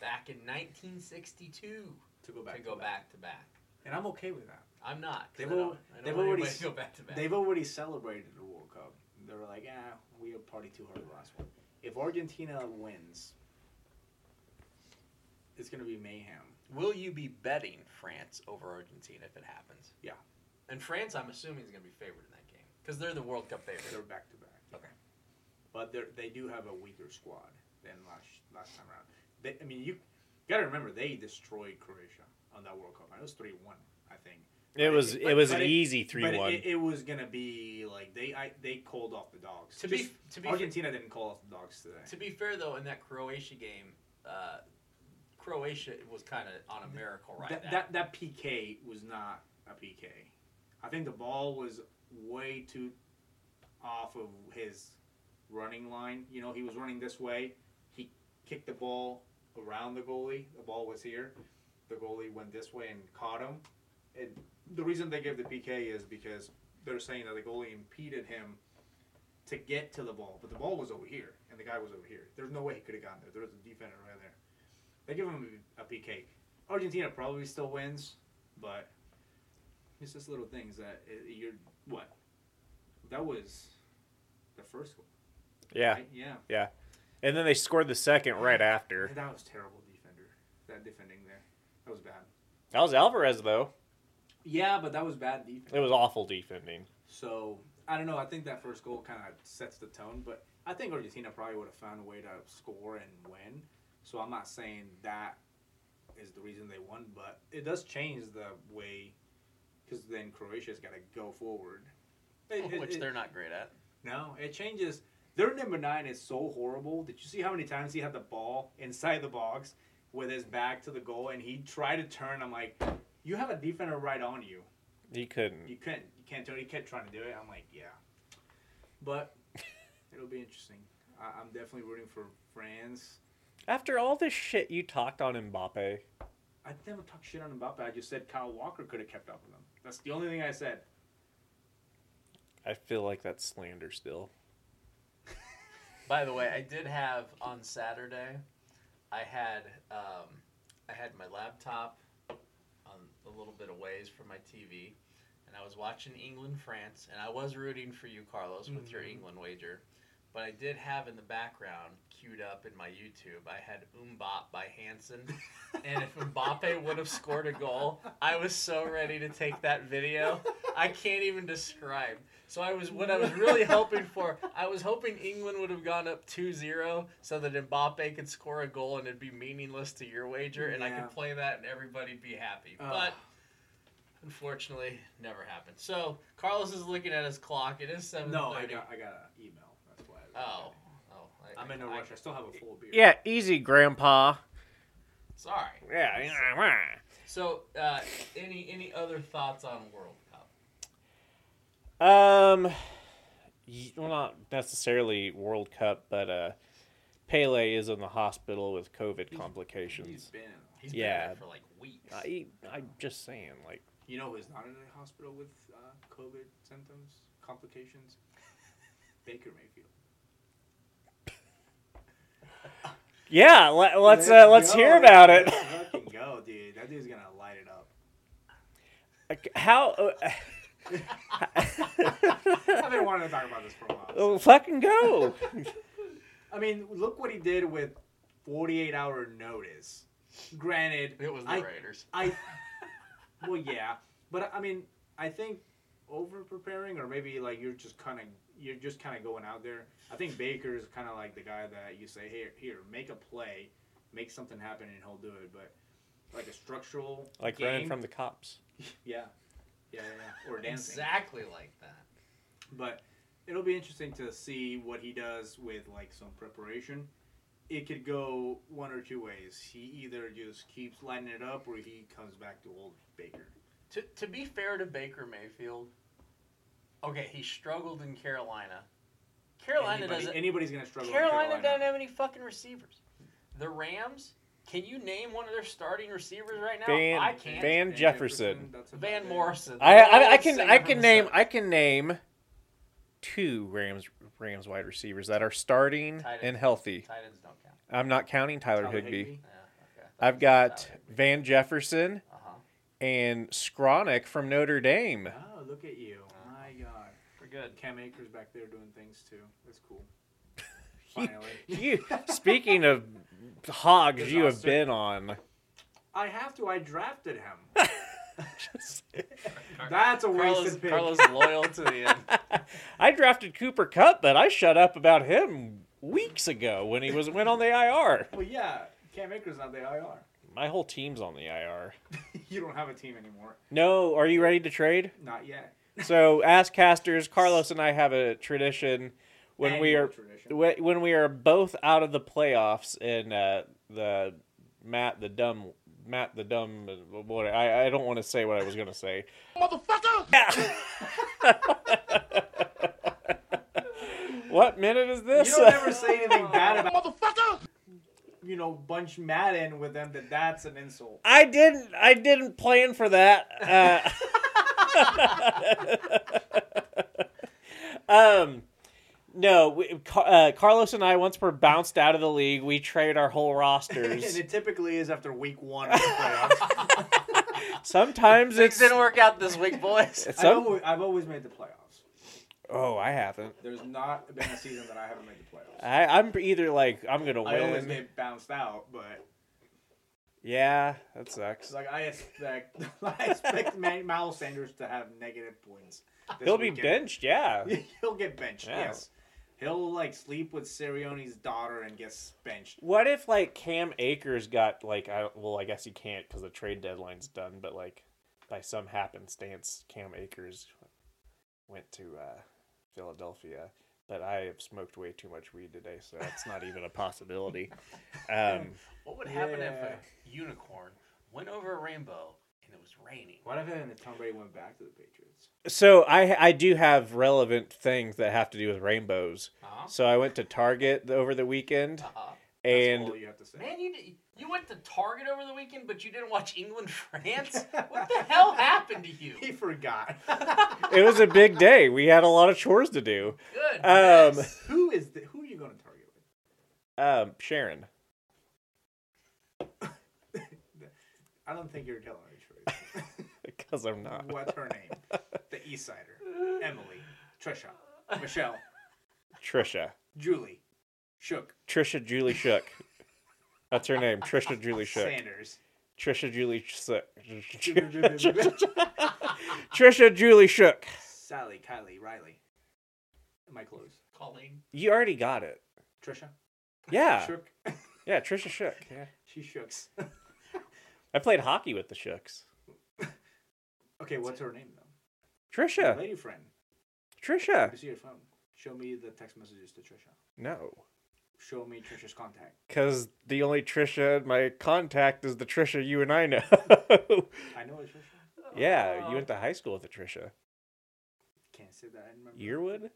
back in 1962
To go back.
to go back to back.
And I'm okay with that.
I'm not. 'cause
They've
I don't,
al-
I don't
they've
want
already
anybody
s-
to go back to back.
They've already celebrated the World Cup. They were like, ah, we party too hard the last one. If Argentina wins, it's gonna be mayhem.
Will you be betting France over Argentina if it happens?
Yeah.
And France, I'm assuming, is going to be favored in that game because they're the World Cup
They're
favorite.
back to back.
Okay.
but they they do have a weaker squad than last last time around. They, I mean, you gotta remember they destroyed Croatia on that World Cup. It was three one, I think.
It was,
But-
it was
but
an easy
but
three one.
It, it was gonna be like they I, they called off the dogs.
To be- to be-
Argentina didn't call off the dogs today.
To be fair, though, in that Croatia game, uh, Croatia was kind of on a miracle right
that,
now.
that that PK was not a PK. I think the ball was way too off of his running line. You know, he was running this way. He kicked the ball around the goalie. The ball was here. The goalie went this way and caught him. And the reason they gave the PK is because they're saying that the goalie impeded him to get to the ball, but the ball was over here and the guy was over here. There's no way he could have gotten there. There was a defender right there. They give him a PK. Argentina probably still wins, but it's just little things that uh, you're what. That was the first one.
yeah,
right? Yeah.
yeah. And then they scored the second right after.
That was terrible defender. That defending there. That was bad.
That was Alvarez though.
Yeah, but that was bad defense.
It was awful defending.
So I don't know. I think that first goal kind of sets the tone, but I think Argentina probably would have found a way to score and win. So I'm not saying that is the reason they won, but it does change the way because then Croatia's got to go forward. It- it-
which
it-
they're not great at.
no, it changes. Their number nine is so horrible. Did you see how many times he had the ball inside the box with his back to the goal and he tried to turn? I'm like, you have a defender right on you.
He couldn't.
You couldn't. You can't do it. He kept trying to do it. I'm like, yeah. But it'll be interesting. I, I'm definitely rooting for France.
After all this shit you talked on Mbappe,
I never talked shit on Mbappe. I just said Kyle Walker could have kept up with him. That's the only thing I said.
I feel like that's slander still.
By the way, I did have on Saturday. I had um, I had my laptop on um, a little bit of ways from my TV, and I was watching England France, and I was rooting for you, Carlos, with your England wager. But I did have in the background queued up in my YouTube. I had Umbop by Hanson, and if Mbappe would have scored a goal, I was so ready to take that video. I can't even describe. So I was what I was really hoping for. I was hoping England would have gone up 2-0 so that Mbappe could score a goal and it'd be meaningless to your wager, and I
Yeah.
could play that and everybody'd be happy.
Ugh.
But unfortunately, never happened. So Carlos is looking at his clock. It is seven.
No, I got I got an email. That's why. I
Oh, oh. I,
I'm in a rush. I still have a full beer.
Yeah, easy, Grandpa.
Sorry.
Yeah.
So, uh, any any other thoughts on World Cup?
Um, y- well, not necessarily World Cup, but uh, Pele is in the hospital with COVID
He's
complications.
been.
He's been
Yeah. Uh,
there for like weeks.
I, I'm just saying, like,
You know who's not in the hospital with uh, COVID symptoms, complications? Baker Mayfield.
yeah, let, let's uh, let's hear
go.
about it.
Let's fucking go, dude. That dude's gonna light it up.
Like, How? Uh,
I've been wanting to talk about this for a while.
oh, fucking go.
I mean, look what he did with 48 hour notice. Granted,
it was the
I,
Raiders.
I, well, yeah, but I mean, I think over preparing, or maybe like you're just kind of you're just kind of going out there. I think Baker is kind of like the guy that you say, here, here, make a play, make something happen, and he'll do it. But like a structural,
like
game,
running from the cops.
yeah, yeah, yeah, yeah, or dancing,
Exactly like that.
but it'll be interesting to see what he does with like some preparation. It could go one or two ways. He either just keeps lighting it up, or he comes back to old Baker.
To, to be fair to Baker Mayfield, okay, he struggled in Carolina. Carolina
Anybody-
doesn't.
Anybody's gonna struggle. in
Carolina doesn't have any fucking receivers. The Rams. Can you name one of their starting receivers right now?
Van-
I can't. Van,
Van- Jefferson.
that's about it.
Van Morrison.
I,
the
I, I
old
can
singer
I
from
can
the
name
South.
I can name two Rams Rams wide receivers that are starting
Tight end.
and healthy.
Tight ends don't count.
I'm not counting Tyler,
Tyler
Higbee.
Yeah,
Higbee.
okay.
I've got Van Jefferson
Uh huh.
and Skronik from Notre Dame.
Oh, look at you! My God,
We're good.
Cam Akers back there doing things too. That's cool. Finally,
You speaking of hogs you have
Disaster.
been on.
I have to. I drafted him. That's a
Carlos,
wasted pick.
Carlos loyal to the end.
I drafted Cooper Cup, but I shut up about him weeks ago when he was went on the IR.
Well, yeah, Cam Akers not the IR.
My whole team's on the IR.
You don't have a team anymore.
No, are you ready to trade?
Not yet.
So, ask casters, Carlos and I have a tradition when we
Annual
are
tradition.
whe- when we are both out of the playoffs and uh, the Matt the dumb Matt the dumb what I, I don't want to say what I was gonna say. Motherfucker. what minute is this?
You don't ever say anything bad about motherfucker. You know, bunch Madden with them that that's an insult.
I didn't. I didn't plan for that. Uh, um, no, we, Car- uh, Carlos and I once were bounced out of the league. We trade our whole
and
rosters.
it typically is after week one of the playoffs.
Sometimes
Things
it's.
didn't work out this week, boys.
it's
I've,
Some,
always, I've always made the playoffs.
Oh, I haven't.
There's not been a season that I haven't made the playoffs.
I, I'm either like I'm gonna
I always
win.
get bounced out, but
Yeah, that sucks.
it's like I expect I expect Man- Miles Sanders to have negative points. this
He'll be
weekend.
benched. Yeah.
He'll get benched.
Yeah.
Yes. He'll like sleep with Sirianni's daughter and gets benched.
What if like Cam Akers got like I don't- well I guess he can't because the trade deadline's done, but like by some happenstance Cam Akers went to uh, Philadelphia. But I have smoked way too much weed today, so that's not even a possibility. Um,
What would happen if a
Yeah.
unicorn went over a rainbow and it was raining?
What if then
uh,
Tom Brady went back to the Patriots?
so I I do have relevant things that have to do with rainbows.
Uh-huh.
So I went to Target over the weekend,
Uh-huh.
and
All you have to say.
Man, you di- you went to Target over the weekend, but you didn't watch England France. What the hell happened to you?
He forgot.
it was a big day. We had a lot of chores to do.
Good.
Um,
who is the, who are you going to target with?
Um, Sharon.
I don't think you're telling the truth.
Because I'm not.
What's her name? The East Sider. Emily. Trisha. Michelle.
Trisha.
Julie. Shook.
Trisha Julie Shook. That's her name. Trisha Julie Shook.
Sanders.
Trisha Julie Shook. Trisha Julie Shook.
Sally. Kylie. Riley. Am I close?
Colleen.
You already got it.
Trisha.
Yeah.
Shook.
Yeah, Trisha Shook. Yeah.
She shooks.
I played hockey with the Shooks.
Okay, what's her name though? Your
Trisha.
Lady friend.
Trisha.
You see your phone. Show me the text messages to Trisha.
No.
Show me Trisha's contact.
Because the only Trisha in my contact is the Trisha you and I know.
I know it's Trisha.
yeah, you went to high school with a Trisha.
Can't say that. I remember.
Yearwood?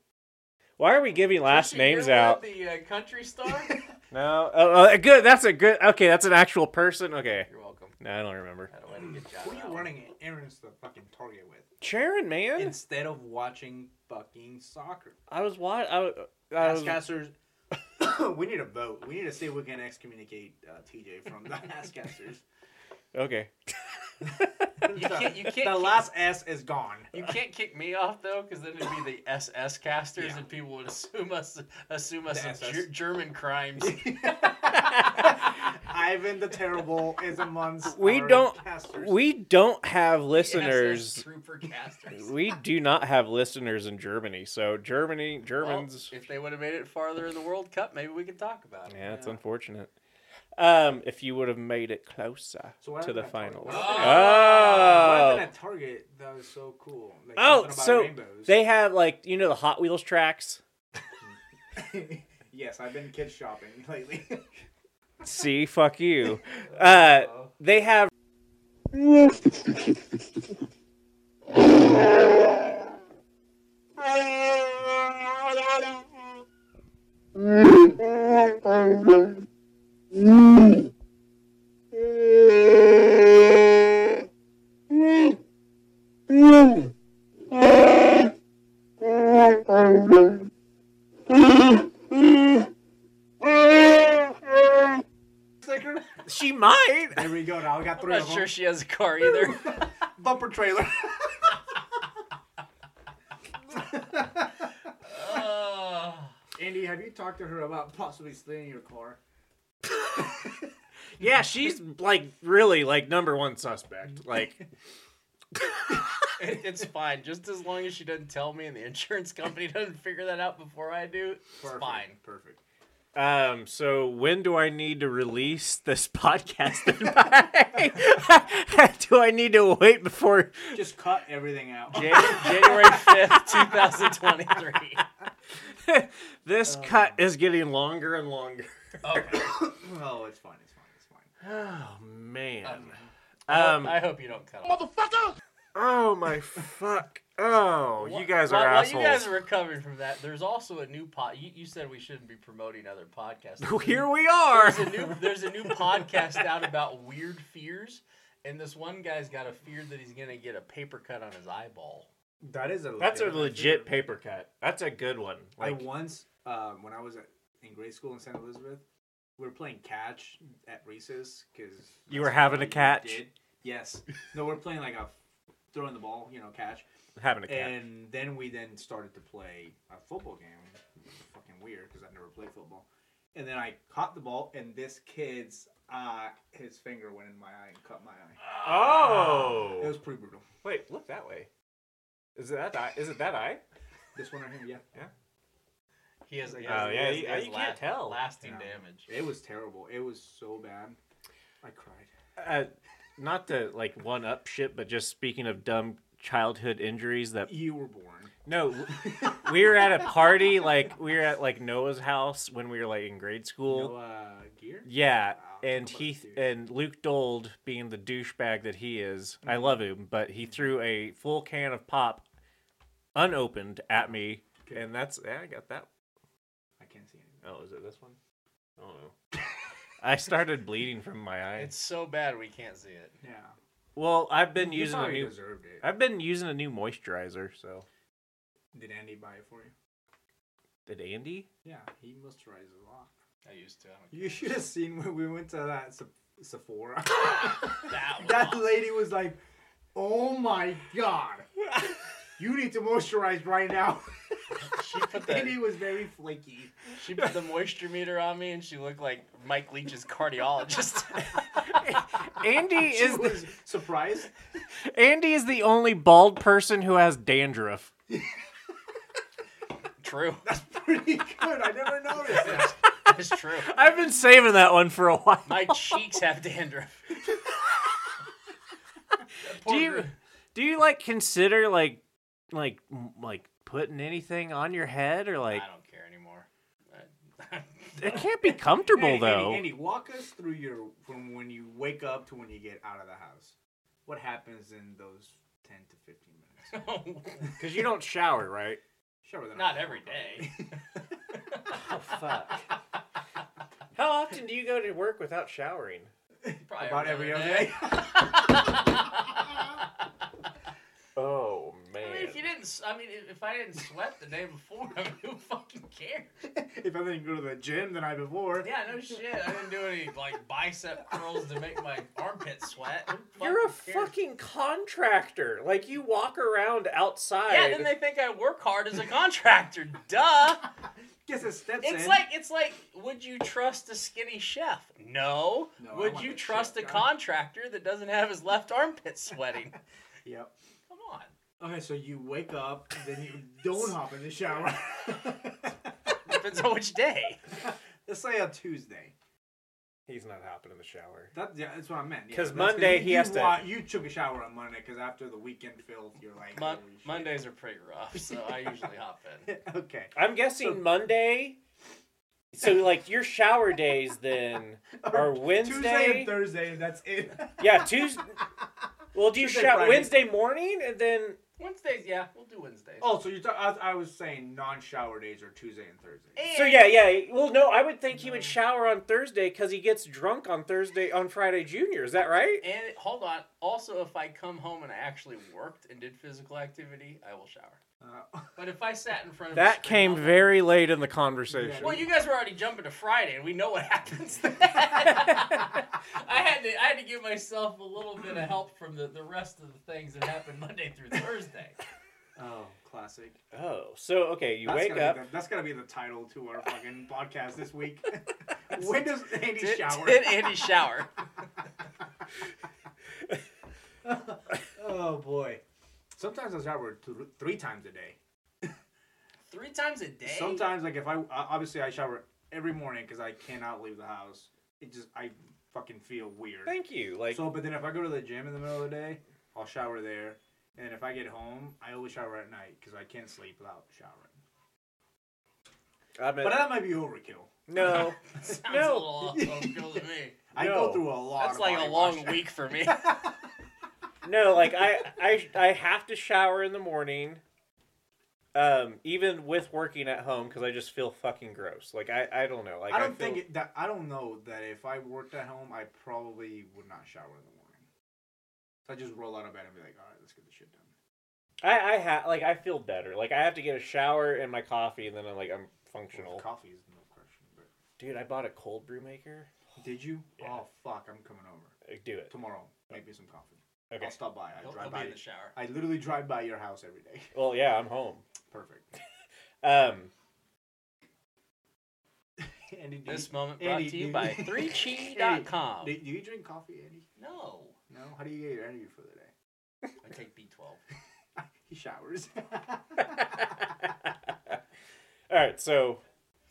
Why are we giving last
Trisha,
names
you're
out?
The uh, country star.
No. Oh, oh, good. That's a good. Okay, that's an actual person. Okay.
You're welcome.
No, I don't remember.
Had a way to get
Who are
you out.
you running errands to fucking Target with
Sharon, man.
instead of watching fucking soccer?
I was watching. I, was- I was.
Askcasters. we need a vote. We need to see if we can excommunicate uh, TJ from the Askcasters.
Okay.
You can't. You can't.
The last S is gone.
You can't kick me off though, because then it'd be the SS casters,
Yeah.
and people would assume us assume us
The
of
SS.
ger- German crimes.
Ivan the Terrible is amongst.
We
our
don't.
Casters.
We don't have
SS
listeners.
trooper casters.
We do not have listeners in Germany. So Germany,
Well,
Germans.
if they would have made it farther in the World Cup, maybe we could talk about it.
yeah, it's unfortunate. Um, if you would have made it closer
So what
to the
happened
finals.
at Target? What happened
Oh.
at Target? That was so cool. Like,
Oh,
something about
so
rainbows.
they had like you know the Hot Wheels tracks.
yes, I've been kid shopping lately.
See, fuck you. Uh, they have. She might.
there we go. Now we got
I'm
three
not
of them.
sure she has a car either.
Bumper trailer.
Oh.
Ah. Andy, have you talked to her about possibly stealing your car?
Yeah, she's like really like number one suspect. Like,
It- it's fine, just as long as she doesn't tell me and the insurance company doesn't figure that out before I do. It's fine.
Perfect.
um, so when do I need to release this podcast? by? do I need to wait before
Just cut everything out.
Jan- January fifth, two thousand twenty-three.
this cut is getting longer and longer?
Okay.
oh, it's fine. It's fine. It's fine.
Oh man.
Um,
Um.
I hope you don't cut off.
Oh my fuck. Oh, you guys are
while, while
assholes.
you guys are recovering from that, there's also a new pod. You, you said we shouldn't be promoting other podcasts.
Here we are.
there's a new there's a new podcast out about weird fears, and this one guy's got a fear that he's gonna get a paper cut on his eyeball.
That is a.
That's a
legitimate
legit
fear.
paper cut. That's a good one. Like,
I once, um, when I was at, in grade school in St. Elizabeth, we were playing catch at recess because
You were having a catch?
Yes. No, we're playing like a throwing the ball, you know, catch.
having a cat.
and then we then started to play a football game. It was fucking weird because I've never played football. And then I caught the ball, and this kid's eye, his finger went in my eye and cut my eye.
oh,
It was pretty brutal.
wait, look that way. Is it that eye? Is it that eye?
This one right here, yeah.
He has, he
Oh,
has,
yeah,
he has, he
you-
has
you can't
la-
tell.
lasting
Yeah.
damage.
It was terrible. It was so bad. I cried.
Uh, not to like one up shit, but just speaking of dumb childhood injuries that
You were born.
No, w- we were at a party like we were at like Noah's house when we were like in grade school.
No uh, gear?
Yeah,
Wow,
and
talk about
he
a douche.
and Luke Dold, being the douchebag that he is,
Mm-hmm.
I love him, but he threw a full can of pop, unopened, at me,
Okay.
and that's yeah, I got that.
I can't see anything.
Oh, is it this one? I don't know. I started bleeding from my eye.
It's so bad we can't see it.
Yeah.
Well, I've been
You
using a
probably
new.
deserved it.
I've been using a new moisturizer. So
Did Andy buy it for you?
did Andy?
Yeah, he moisturizes a lot.
I used to. I don't
You should have seen when we went to that Se- Sephora.
care. That was
that
awesome.
lady was like, "Oh my god, you need to moisturize right now."
She put
and he
the
was very flaky.
she put the moisture meter on me, and she looked like Mike Leach's cardiologist.
Andy
She
is the,
was surprised.
Andy is the only bald person who has dandruff.
true.
Pretty good. I never noticed that.
That's true.
I've been saving that one for a while.
My cheeks have dandruff.
do you do you like consider like like m- like putting anything on your head or like
I don't care anymore.
it can't be comfortable
Andy,
though.
Andy, Andy, walk us through your from when you wake up to when you get out of the house. What happens in those ten to fifteen minutes?
Cuz you don't shower, right?
Shower that
Not every day.
Oh fuck. How often do you go to work without showering?
Probably
About every other day.
Oh man.
I mean, if you didn't, s- I mean, if- if I didn't sweat the day before, I mean, who fucking cares?
if I didn't go to the gym the night before.
Yeah, no shit. I didn't do any like bicep curls to make my armpit sweat. Who
You're a
cares?
fucking contractor. Like you walk around outside.
Yeah, then they think I work hard as a contractor. Duh.
Guess it steps
It's
in.
like it's like would you trust a skinny chef? No.
No, I
would
want
you
the
trust
chef
a
guy.
contractor that doesn't have his left armpit sweating?
Yep.
Come on.
Okay, so you wake up, then you don't hop in the shower.
Depends on which day.
Let's say a Tuesday.
He's not hopping in the shower.
That, yeah, that's what I meant. yeah.
'Cause
That's
Monday
you,
he
you
has to-
wa- You took a shower on Monday because after the weekend filth, you're like.
Mon-
"Holy shit."
Mondays are pretty rough, so I usually hop in.
okay.
I'm guessing Monday. So like your shower days then are Wednesday.
Tuesday and Thursday, and that's it.
yeah, Tuesday. Well, do you
Tuesday,
shower
Friday.
Wednesday morning and then?
Wednesdays, yeah, we'll do Wednesdays.
oh, so you thought I, I was saying non-shower days are Tuesday and Thursday.
So yeah, yeah. Well, no, I would think he would shower on Thursday because he gets drunk on Thursday on Friday Junior. Is that right?
And hold on. Also, if I come home and I actually worked and did physical activity, I will shower.
Uh,
But if I sat in front of a
That
screen
came
all day-
very late in the conversation.
Well, you guys were already jumping to Friday, and we know what happens. then. I had to I had to give myself a little bit of help from the, the rest of the things that happened Monday through Thursday.
oh, classic.
Oh, so okay, you
That's
wake
gotta
up.
be the- that's gotta be the title to our fucking podcast this week. when does Andy
Did,
shower?
did Andy shower?
Oh boy. Sometimes I shower th- three times a day.
Three times a day.
Sometimes, like if I o- obviously I shower every morning because I cannot leave the house. It just I fucking feel weird.
Thank you. Like
So, but then if I go to the gym in the middle of the day, I'll shower there. And if I get home, I always shower at night because I can't sleep without showering.
I'm
But that might be overkill.
no.
sounds
No.
a little overkill to me.
I
No.
go through a lot.
That's
of
like
body
a long
wash.
week for me.
No, like I, I, I have to shower in the morning. Um, even with working at home, because I just feel fucking gross. Like I, I don't know. Like
I don't
feel-
think it, that I don't know that if I worked at home, I probably would not shower in the morning. So I just roll out of bed and be like, all right, let's get this shit done.
I, I ha- like I feel better. Like I have to get a shower and my coffee, and then I'm like I'm functional.
Well, coffee is no question, but.
Dude, I bought a cold brew maker.
Did you?
Yeah.
Oh fuck! I'm coming over
Like, do it.
tomorrow. Make me some coffee.
Okay.
I'll stop by. I
He'll, he'll
drive
be
by.
in the shower.
I literally drive by your house every day.
Well, yeah, I'm home.
Perfect.
Um,
Andy, do
This
you-
moment brought
Andy,
to you
do
by
you-
3chi.com.
Do, do you drink coffee, Andy?
No.
No. How do you get your energy for the day?
I take B12.
He showers.
all right, so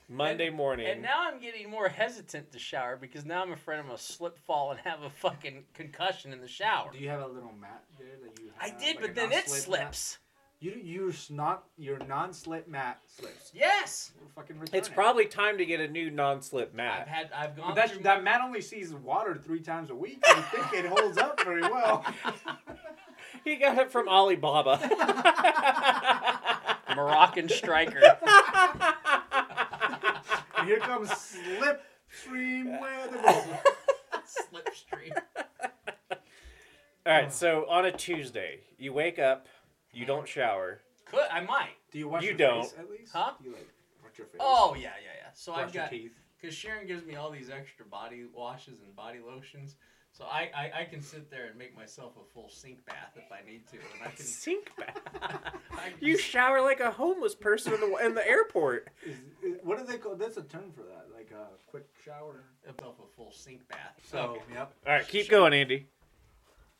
Monday morning.
And now I'm getting more hesitant to shower because now I'm afraid I'm gonna slip, fall, and have a fucking concussion in the shower.
do you have a little mat there that you?
I
have,
did,
like a
but then it
non-slip mat?
slips.
You your not your non-slip mat slips.
Yes.
We're fucking returning.
it's probably time to get a new non-slip
I've
mat.
had. I've gone
But that,
through.
that mat only sees water three times a week. You think it holds up very well.
he got it from Alibaba.
Moroccan striker.
And here comes slip stream weather.
Slipstream.
All right, so on a Tuesday, you wake up, you don't shower.
Could I might?
Do you wash
You
your face
don't.
at least?
Huh?
Do you like wash your face?
Oh yeah, yeah, yeah. So I've
brush your
got
teeth.
because Sharon gives me all these extra body washes and body lotions, so I, I I can sit there and make myself a full sink bath if I need to, and I can.
Sink bath.
I can
You shower like a homeless person in the, in the airport.
Is, is, what do they call? That's a term for that. Like a quick shower.
myself a full sink bath.
So
So
yep.
All right, keep going, Andy.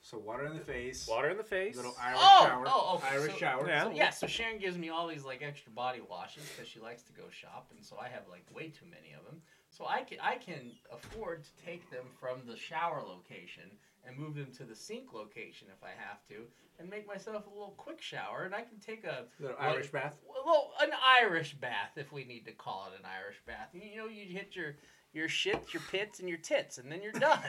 So water in the face.
Water in the face.
Little Irish
Oh,
shower.
oh, okay,
Irish
so-
shower.
Yeah.
So, yeah, so Sharon gives me all these like extra body washes because she likes to go shop, and so I have like way too many of them. So I can I can afford to take them from the shower location and move them to the sink location if I have to, and make myself a little quick shower, and I can take a
Little
what-
Irish bath.
well, an Irish bath, if we need to call it an Irish bath. You, you know, you hit your your shits, your pits, and your tits, and then you're done.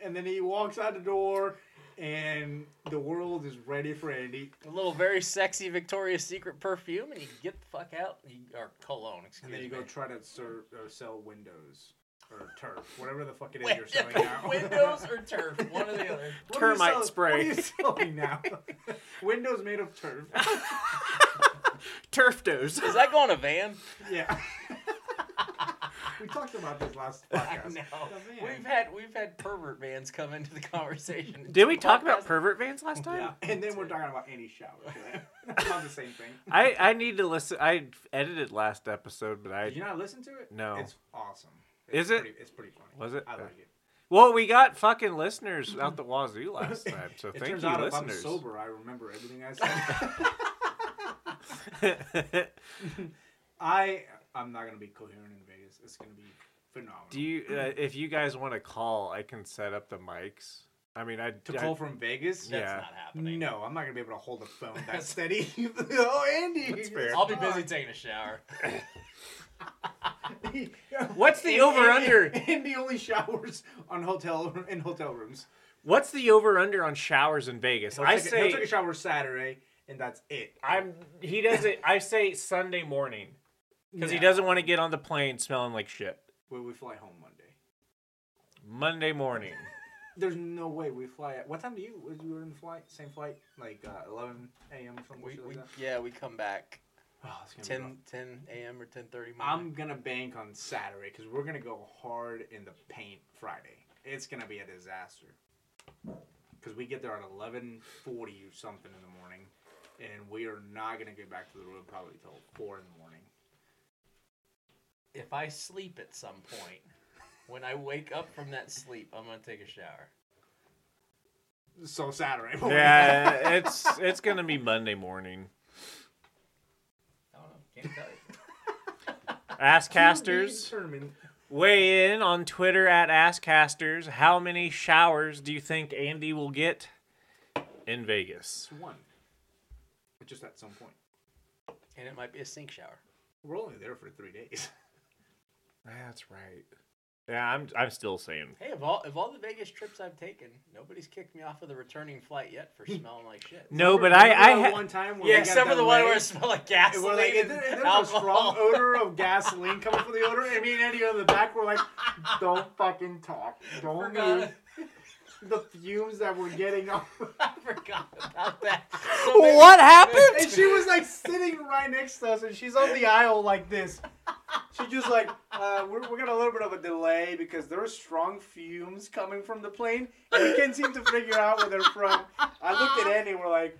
And then he walks out the door, and the world is ready for Andy.
a little very sexy Victoria's Secret perfume, and you get the fuck out. You, or cologne, excuse
And then you
me.
go try to serve or sell windows or turf, whatever the fuck it is
Win-
you're selling now.
windows or turf, one or the other.
What are you
Termite
sell-
spray.
What are you selling now? windows made of turf.
Turf does.
Does that go on a van?
Yeah. we talked about this last
I
podcast.
know.
The van.
We've had we've had pervert vans come into the conversation.
Did we talk about
Podcast-
pervert vans last time?
Yeah, and then we're talking about any shower. today. Not the same thing.
I, I need to listen. I edited last episode, but
Did you
I
not listen to it?
No.
It's awesome.
Is it?
Pretty, it's pretty funny.
Was it?
I like it.
well, we got fucking listeners out the wazoo last time, so
it
thank you,
turns out
listeners.
if I'm sober, I remember everything I said. I I'm not gonna be coherent in Vegas. It's gonna be phenomenal.
Do you? Uh, if you guys want to call, I can set up the mics. I mean, I
to
I-
call from Vegas?
Yeah.
That's not happening.
No, I'm not gonna be able to hold a phone that steady. oh, Andy, that's fair.
I'll be busy taking a shower.
What's the over-under?
Andy, Andy only showers on hotel in hotel rooms.
What's the over under on showers in Vegas?
He'll
I
take a-
say
he'll take a shower Saturday, and that's it.
I'm. He doesn't. I say Sunday morning because he
No.
doesn't want to get on the plane smelling like shit.
Well, we fly home Monday.
Monday morning.
There's no way we fly. At, what time do you? was You were in the flight, same flight, like uh, 11 a.m. or something.
We,
shit
we,
like that?
yeah, we come back
Oh, it's gonna be rough.
10, 10 a.m. or ten thirty.
I'm gonna bank on Saturday because we're gonna go hard in the paint Friday. It's gonna be a disaster because we get there at 11:40 or something in the morning, and we are not gonna get back to the room probably till four in the morning.
If I sleep at some point, when I wake up from that sleep, I'm gonna take a shower.
So Saturday. morning.
yeah, it's it's gonna be Monday morning.
I don't know. Can't tell you.
Asscasters
Determined.
weigh in on Twitter at Asscasters. How many showers do you think Andy will get in Vegas?
It's one. Just at some point.
And it might be a sink shower.
We're only there for three days.
That's right. Yeah, I'm I'm still saying
Hey, of all of all the Vegas trips I've taken, nobody's kicked me off of the returning flight yet for smelling like shit.
no, but
Remember
I I
that
ha-
one time when
Yeah,
we got
except for the
that
one
lay?
where it smelled like
And
gasoline
we're like,
and
and there- and there's a
alcohol. Oh,
strong odor of gasoline coming from the odor, and me and Andy are in the back. We're like, don't fucking talk, don't
Forgot
move. The fumes that we're getting off.
I forgot about that. So maybe-
what happened?
And she was like sitting right next to us, and she's on the aisle like this. She just like, uh, we're, we're gonna a little bit of a delay because there are strong fumes coming from the plane, and we can't seem to figure out where they're from. I looked at Andy, and we're like,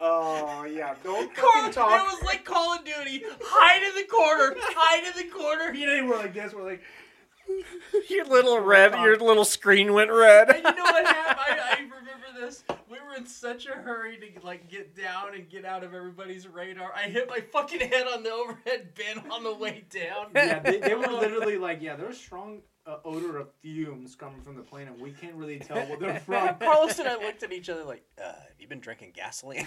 oh yeah, don't
Call,
fucking
it
talk.
was like Call of Duty. Hide in the corner. Hide in the corner.
Me and Andy were like this. We're like,
your little red, your little screen went red.
And you know what happened? I, I remember this. We were in such a hurry to like get down and get out of everybody's radar. I hit my fucking head on the overhead bin on the way down.
yeah, they, they were literally like, yeah, there's strong uh, odor of fumes coming from the plane, and we can't really tell where they're from.
Carlos and I looked at each other like, uh, "Have you been drinking gasoline?"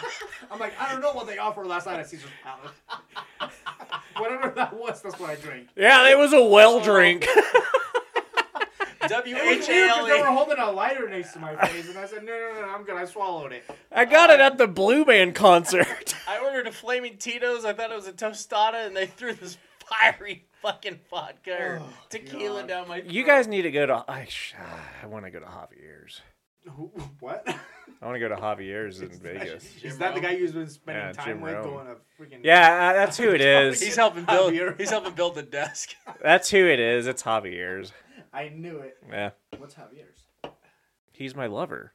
I'm like, I don't know what they offered last night at Caesar's Palace. Whatever that was, that's what I drank.
yeah, it was a well drink.
W
It was
H A
weird 'cause
L
They were
E.
holding a lighter next to my face, and I said, no, no, no, no, I'm good. I swallowed it.
I got it at the Blue Band concert.
I ordered a flaming Tito's. I thought it was a tostada, and they threw this fiery fucking vodka or tequila
God.
down my.
you
throat.
guys need to go to. I, sh- I want to go to Javier's.
Who- What?
I want to go to Javier's in Vegas.
Is that the guy you've been spending
Yeah,
time
Jim
with
Rome.
going to freaking.
Yeah, uh, that's who it
He's
is.
helping build.
Javier.
He's helping build the desk.
That's who it is. It's Javier's.
I knew it.
Yeah,
What's Javier's?
he's my lover.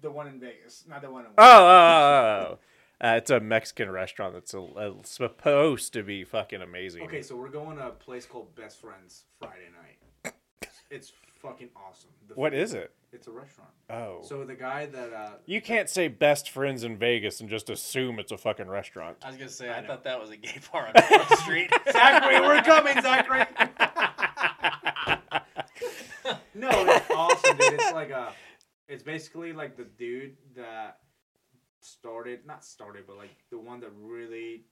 The one in Vegas, not the one in.
Oh, oh, oh, oh. Uh, it's a Mexican restaurant that's a, a- supposed to be fucking amazing.
Okay, so we're going to a place called Best Friends Friday night. It's fucking awesome. The
what
food-
is it?
It's a restaurant.
Oh,
So the guy that uh,
you can't say best friends in Vegas and just assume it's a fucking restaurant.
I was gonna say I, thought that was a gay bar on the street.
Zachary, we're coming, Zachary. no, it's awesome, dude. It's like a, it's basically like the dude that started, not started, but like the one that really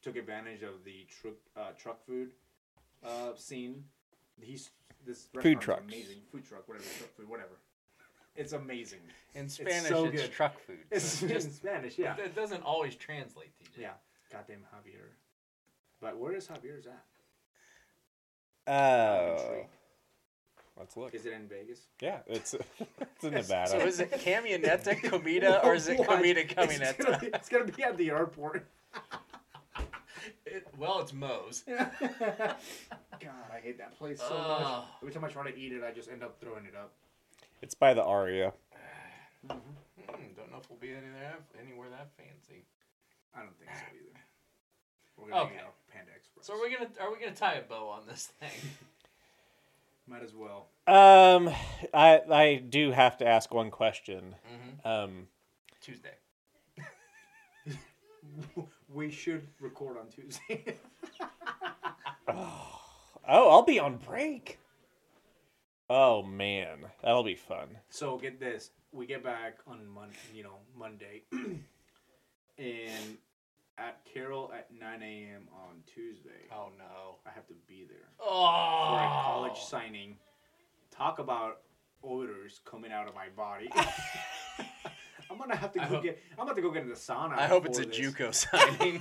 took advantage of the truck uh, truck food uh, scene. He's this restaurant's
trucks.
amazing food truck, whatever truck food, whatever. It's amazing.
In
Spanish, so it's good.
truck food.
It's in Spanish, yeah,
It doesn't always translate, TJ.
yeah. Goddamn Javier. But where is Javier's at?
Oh, let's look.
Is it in Vegas?
Yeah, it's it's
So
in Nevada.
is it Camioneta, Comida, or is it
What?
Comida,
It's gonna, be,
Camioneta?
it's gonna be at the airport.
It- well, it's Moe's.
God, I hate that place so much.
Ugh.
Every time I try to eat it, I just end up throwing it up.
It's by the Aria.
Hmm, don't know if we'll be any there, anywhere that fancy.
I don't think so either. We're gonna
Okay.
get a Panda Express.
So are we gonna are we gonna tie a bow on this thing?
Might as well.
Um, I I do have to ask one question.
Mm-hmm.
Um,
Tuesday.
We should record on Tuesday.
oh, I'll be on break. Oh man, that'll be fun.
so get this: we get back on Mon, you know, Monday, and at Carol at 9 a.m. on Tuesday,
Oh no.
I have to be there.
Oh.
for a college signing. Talk about odors coming out of my body. I'm gonna have to go
hope-
get. I'm gonna have to go get in the sauna.
I hope it's a
before this.
JUCO signing.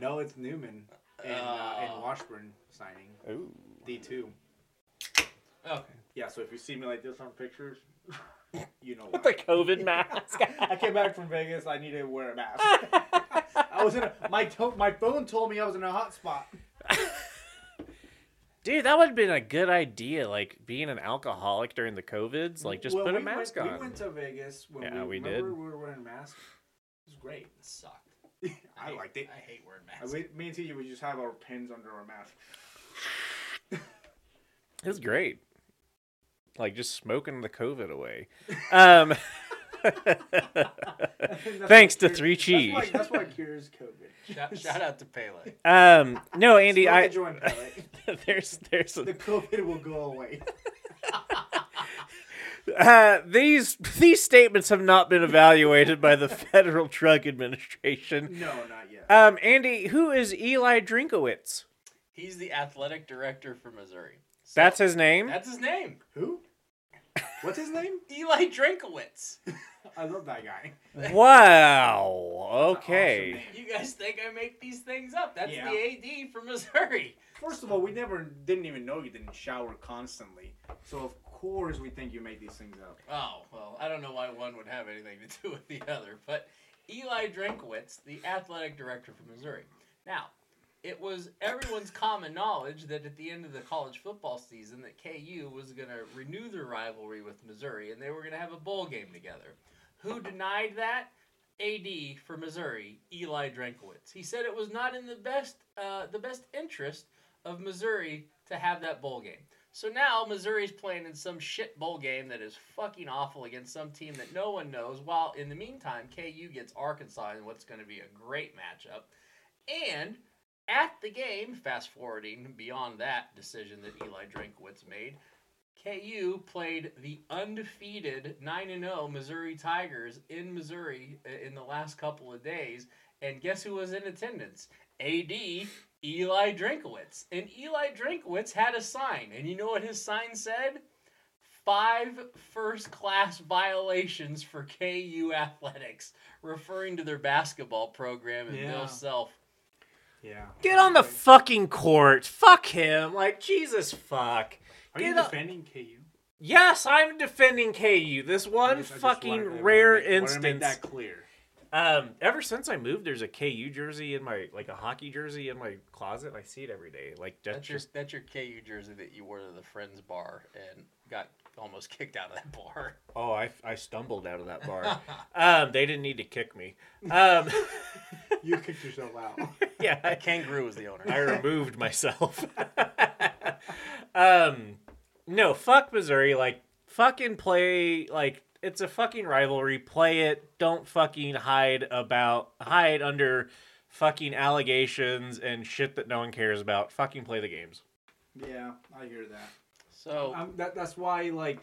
No, it's Newman and, uh,
Oh.
and Washburn signing
Ooh.
D two.
okay.
Yeah, so if you see me like this on pictures, you know. Why.
The COVID mask.
I came back from Vegas. I needed to wear a mask. I was in a, my to- my phone told me I was in a hot spot.
Dude, that would have been a good idea. Like being an alcoholic during the COVIDs, like just
Well,
put a
we
mask
went,
on.
We went to Vegas when
Yeah,
we,
we
remember
did.
We were wearing masks. It was great.
It sucked.
I liked it.
I hate word
I,
masks.
we, me and TJ would just have our pins under our mask.
It was great. Like just smoking the COVID away. Um, thanks to Three Cheese.
That's why, that's why it cures COVID.
Shout, shout out to Pele.
Um, no, Andy,
Smoke a
I
joint, Pellet.
there's there's a
the COVID will go away.
Uh, these these statements have not been evaluated by the Federal Drug Administration.
No, not yet.
Um, Andy, who is Eli Drinkowitz?
He's the athletic director for Missouri. So
That's his name.
that's his name.
Who? What's his name?
Eli Drinkowitz.
I love that guy.
Wow.
Awesome
Okay.
name.
You guys think I make these things up? That's
Yeah.
the AD for Missouri.
First of all, we never didn't even know you didn't shower constantly, so of course we think you make these things up.
Oh, well, I don't know why one would have anything to do with the other, but Eli Drinkowitz, the athletic director for Missouri. Now, it was everyone's common knowledge that at the end of the college football season that KU was going to renew their rivalry with Missouri and they were going to have a bowl game together. Who denied that? AD for Missouri, Eli Drenkowitz. He said it was not in the best uh, the best interest of Missouri to have that bowl game. So now Missouri's playing in some shit bowl game that is fucking awful against some team that no one knows. While in the meantime, KU gets Arkansas in what's going to be a great matchup. And at the game, fast forwarding beyond that decision that Eli Drinkwitz made, KU played the undefeated 9 0 Missouri Tigers in Missouri uh, in the last couple of days. And guess who was in attendance? AD Eli Drinkowitz. And Eli Drinkowitz had a sign. And you know what his sign said? Five first class violations for KU athletics, referring to their basketball program and
Yeah.
Bill Self.
Yeah.
Get on the fucking court. Fuck him. Like Jesus fuck.
Are
Get
you
on-
defending KU?
Yes, I'm defending KU. This
I
one
just- I just wanted to- I
fucking
wanted
rare
to make- wanted to
instance.
Make that clear.
Um, ever since I moved, there's a KU jersey in my like a hockey jersey in my closet. and I see it every day. Like that's,
That's your
just
that's your KU jersey that you wore to the friends bar and got almost kicked out of that bar.
oh, I, I stumbled out of that bar. um, they didn't need to kick me. Um,
You kicked yourself out.
yeah, I,
Kangaroo was the owner.
I removed myself. um, no, fuck Missouri. Like, fucking play. Like, it's a fucking rivalry. Play it. Don't fucking hide about hide under fucking allegations and shit that no one cares about. Fucking play the games.
yeah, I hear that.
So
I'm, Um, that. That's why, like,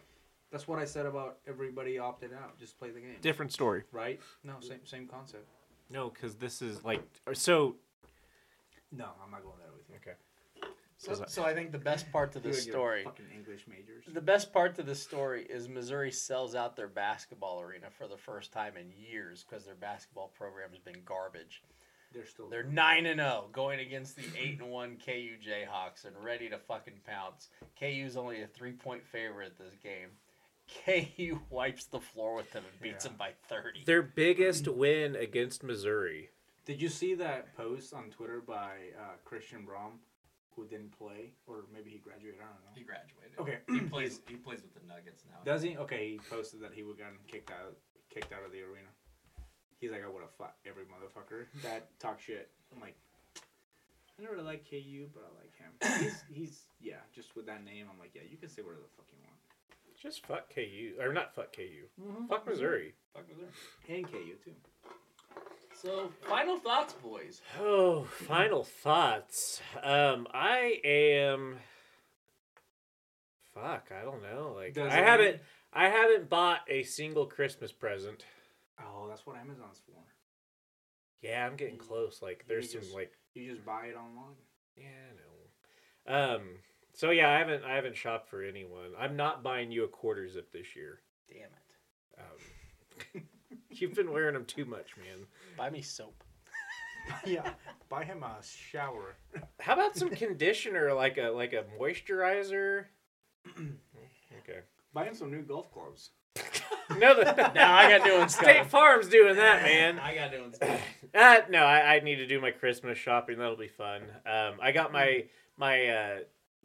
that's what I said about everybody opted out. Just play the game.
Different story.
right? No, same same concept.
No, because this is like so.
No, I'm not going there with you.
Okay.
so, so I think the best part to
You
this
and your
story
Fucking English majors.
the best part to this story is Missouri sells out their basketball arena for the first time in years because their basketball program has been garbage.
They're still.
They're nine and zero going against the eight and one KU Jayhawks and ready to fucking pounce. KU's only a three point favorite this game. KU wipes the floor with them and beats them by thirty.
Their biggest win against Missouri.
Did you see that post on Twitter by uh, Christian Brom, who didn't play, or maybe he graduated? I don't know.
He graduated.
Okay.
He plays. He plays with the Nuggets now.
Does he? Okay, he posted that he would gotten kicked out, kicked out of the arena. He's like, I would have fought every motherfucker that talk shit. I'm like, I never like KU, but I like him. He's, he's yeah, just with that name, I'm like, yeah, you can say whatever the fuck you want.
Just fuck KU or not fuck KU.
Mm-hmm.
Fuck Missouri.
And KU too.
So, final thoughts, boys.
Oh, final thoughts. Um, I am. Fuck, I don't know. Like,
Does
I
it-
haven't, I haven't bought a single Christmas present.
Oh, that's what Amazon's for.
Yeah, I'm getting close. Like, there's some
just-
like,
You just buy it online.
yeah, I know. Um, so yeah, I haven't, I haven't shopped for anyone. I'm not buying you a quarter zip this year.
Damn it.
Um, you've been wearing them too much, man.
Buy me soap.
yeah, buy him a shower.
How about some conditioner, like a like a moisturizer? okay.
Buy him some new golf clubs.
No, the,
Now I got new ones
State
coming.
Farm's doing that, man.
I got new ones.
Uh, no, I, I need to do my Christmas shopping. That'll be fun. Um, I got my my uh,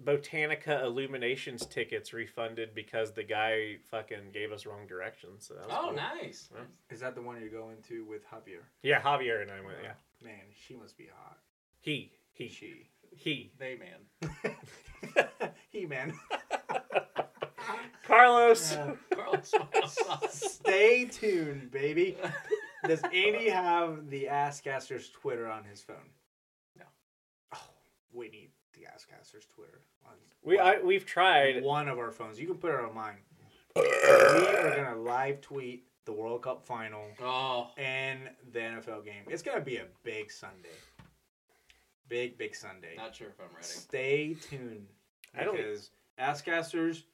Botanica Illuminations tickets refunded because the guy fucking gave us wrong directions. So that was
Oh,
cool.
nice.
Is that the one you're going to with Javier?
Yeah, Javier and I went. Yeah,
Man, she must be hot.
he he
She.
he.
They man.
he man.
Carlos.
Carlos final thoughts.
Stay tuned, baby. Does Andy have the Askcaster's Twitter on his phone?
No.
Oh, we need the Askcaster's Twitter on
we
one-
I, we've tried.
one of our phones. You can put it on mine. we are gonna live tweet the World Cup final
Oh,
and the NFL game. It's gonna be a big Sunday. Big big Sunday.
not sure if I'm ready.
Stay tuned
I don't-
because Askcasters,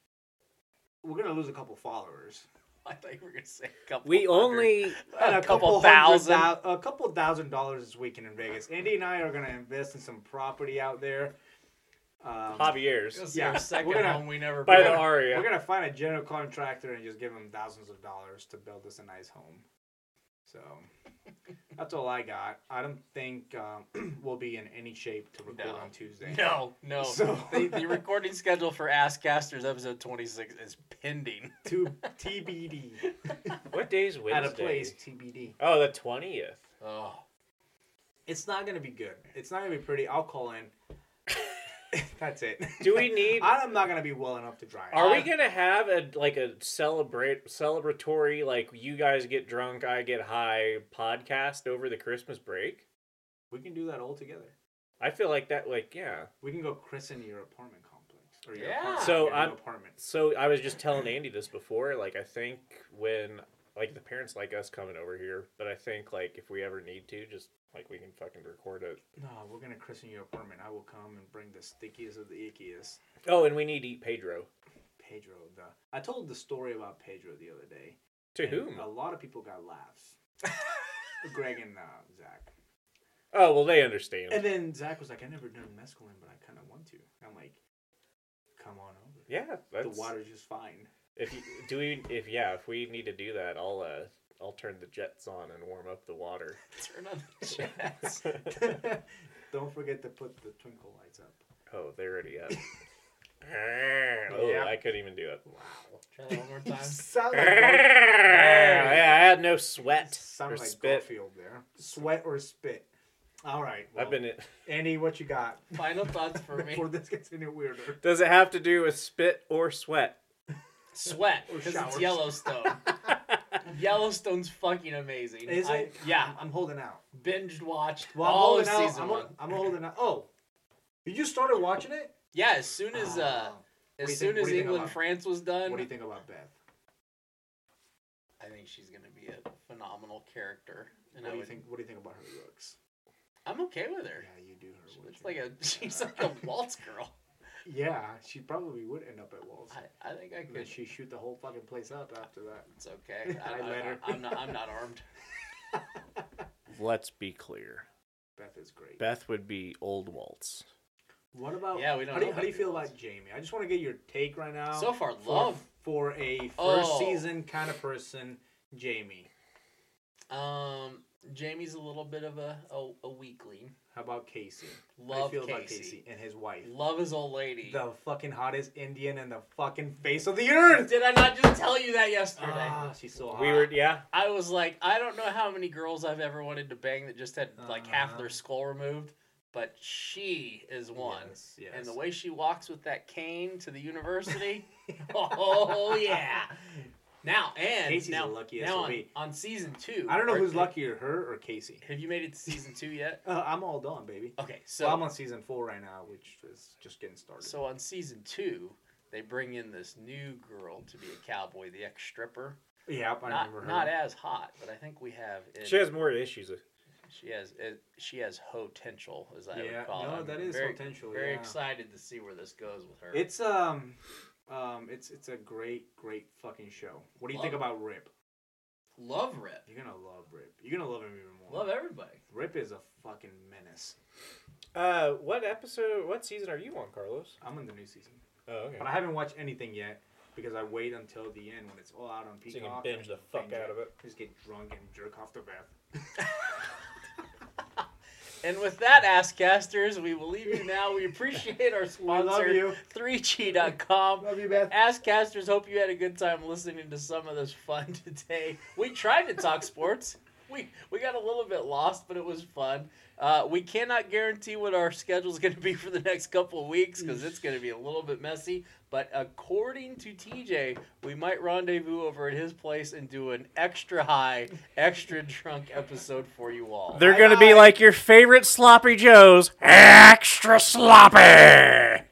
we're gonna lose a couple followers.
I thought you were gonna say a couple.
We
hundred.
only
a, couple
hundred
thousand.
thou- a couple thousand dollars this weekend in Vegas. Andy and I are gonna invest in some property out there. Um,
Javier's
This is our
Yeah,
2nd
we're gonna-
home we never
by
built.
the
We're
Aria.
gonna find a general contractor and just give him thousands of dollars to build us a nice home. So that's all I got. I don't think um, we'll be in any shape to record
No.
on Tuesday.
No, no.
So-
the, the recording schedule for Ask Casters episode 26 is pending.
To TBD.
What day's Wednesday?
At a place TBD.
Oh, the twentieth.
Oh,
It's not gonna be good. It's not gonna be pretty. I'll call in. that's it.
Do we need?
I'm not gonna be well enough to drive.
Are we gonna have a like a celebrate celebratory like you guys get drunk, I get high podcast over the Christmas break?
We can do that all together.
I feel like that like yeah.
We can go christen your apartment complex or your
Yeah.
apartment,
So
your new
I'm-
apartment.
So I was just telling Andy this before. Like I think when like the parents like us coming over here, but I think like if we ever need to, just like we can fucking record it.
No, we're gonna christen your apartment. I will come and bring the stickiest of the ickiest.
Oh, and we need to eat Pedro.
Pedro. The I told the story about Pedro the other day.
To
and
whom?
A lot of people got laughs. Greg and uh, Zach.
Oh well, they understand.
And then Zach was like, "I never done mescaline, but I kind of want to." I'm like, "Come on over.
yeah, that's,
The water's just fine."
If you, do we if yeah if we need to do that, I'll uh I'll turn the jets on and warm up the water.
turn on the jets.
Don't forget to put the twinkle lights up.
Oh, they're already up. oh,
Yeah.
I couldn't even do it.
Try that one more time.
Sound like, Gar-
yeah, I had no sweat or
sound like
spit.
Garfield there. Sweat or spit. All right. Well,
I've been. In...
Andy, what you got
Final thoughts for me.
before this gets any weirder?
Does it have to do with spit or sweat?
Sweat,
Or
because it's
showers.
Yellowstone. Yellowstone's fucking amazing.
Is
I,
it?
Yeah,
I'm holding out.
binged watched
Well, I'm
all of
holding out.
season
I'm,
one.
I'm holding out. Oh, you just started watching it.
Yeah, as soon as uh,
Oh. do you
as
think-
soon
what
as
do you think
England
about-
France was done,
What do you think about Beth?
I think she's gonna be a phenomenal character. And
What
I
do you
would,
think? What do you think about her looks?
I'm okay with
Yeah,
her.
you do her. what
It's
you
like
do.
a she's like a waltz girl.
Yeah, she probably would end up at Walls.
I, I think I
And then
could.
she shoot the whole fucking place up after that.
It's okay. I,
I
I,
let
I,
her.
I'm not. I'm not armed.
Let's be clear.
Beth is great.
Beth would be old waltz.
What about?
Yeah, we don't
How do
know
you, how do you
about
feel
Walls.
about Jamie? I just want to get your take right now.
So far,
for-
love.
for a first
Oh.
season kind of person, Jamie.
Um, Jamie's a little bit of a a, a weakling.
How about Casey? how
Love
do you feel about
Casey.
Casey and his wife?
Love his old lady.
The fucking hottest Indian in the fucking face of the earth.
Did I not just tell you that yesterday?
Ah, she's so hot.
We were yeah.
I was like, I don't know how many girls I've ever wanted to bang that just had like half
Uh-huh.
their skull removed, but she is one.
Yes, yes.
And the way she walks with that cane to the university, oh yeah. Now and
Casey's
now,
the luckiest
now on,
to be.
on season two.
I don't know
or-
who's luckier, her or Casey.
Have you made it to season two yet?
Uh, I'm all done, baby.
Okay, so
So well, I'm on season four right now, which is just getting started.
so on season two, they bring in this new girl to be a cowboy, the ex stripper.
yeah, I
Not
remember her.
not as hot, but I think we have. in-
She has more issues. with-
She has it, she has potential, as I
Yeah,
would call
no,
it. I'm
that is
very,
potential,
Very
yeah.
excited to see where this goes with her.
It's um, um, it's it's a great, great fucking show. What do you think
Love it.
about Rip?
love Rip.
You're gonna love Rip. You're gonna love him even more.
Love everybody.
Rip is a fucking menace.
Uh, what episode? What season are you on, Carlos?
I'm in the new season,
Oh, okay.
but I haven't watched anything yet because I wait until the end when it's all out on
you can
Peacock.
binge the fuck
binge
out of it.
Just get drunk and jerk off the bath.
And with that, Askcasters, we will leave you now. We appreciate our sponsor,
you.
3G.com.
Love you, Beth.
Askcasters, hope you had a good time listening to some of this fun today. We tried to talk sports. We, we got a little bit lost, but it was fun. Uh, we cannot guarantee what our schedule is going to be for the next couple of weeks because it's going to be a little bit messy. But according to TJ, we might rendezvous over at his place and do an extra high, extra drunk episode for you all.
They're gonna be like your favorite sloppy joes, extra sloppy.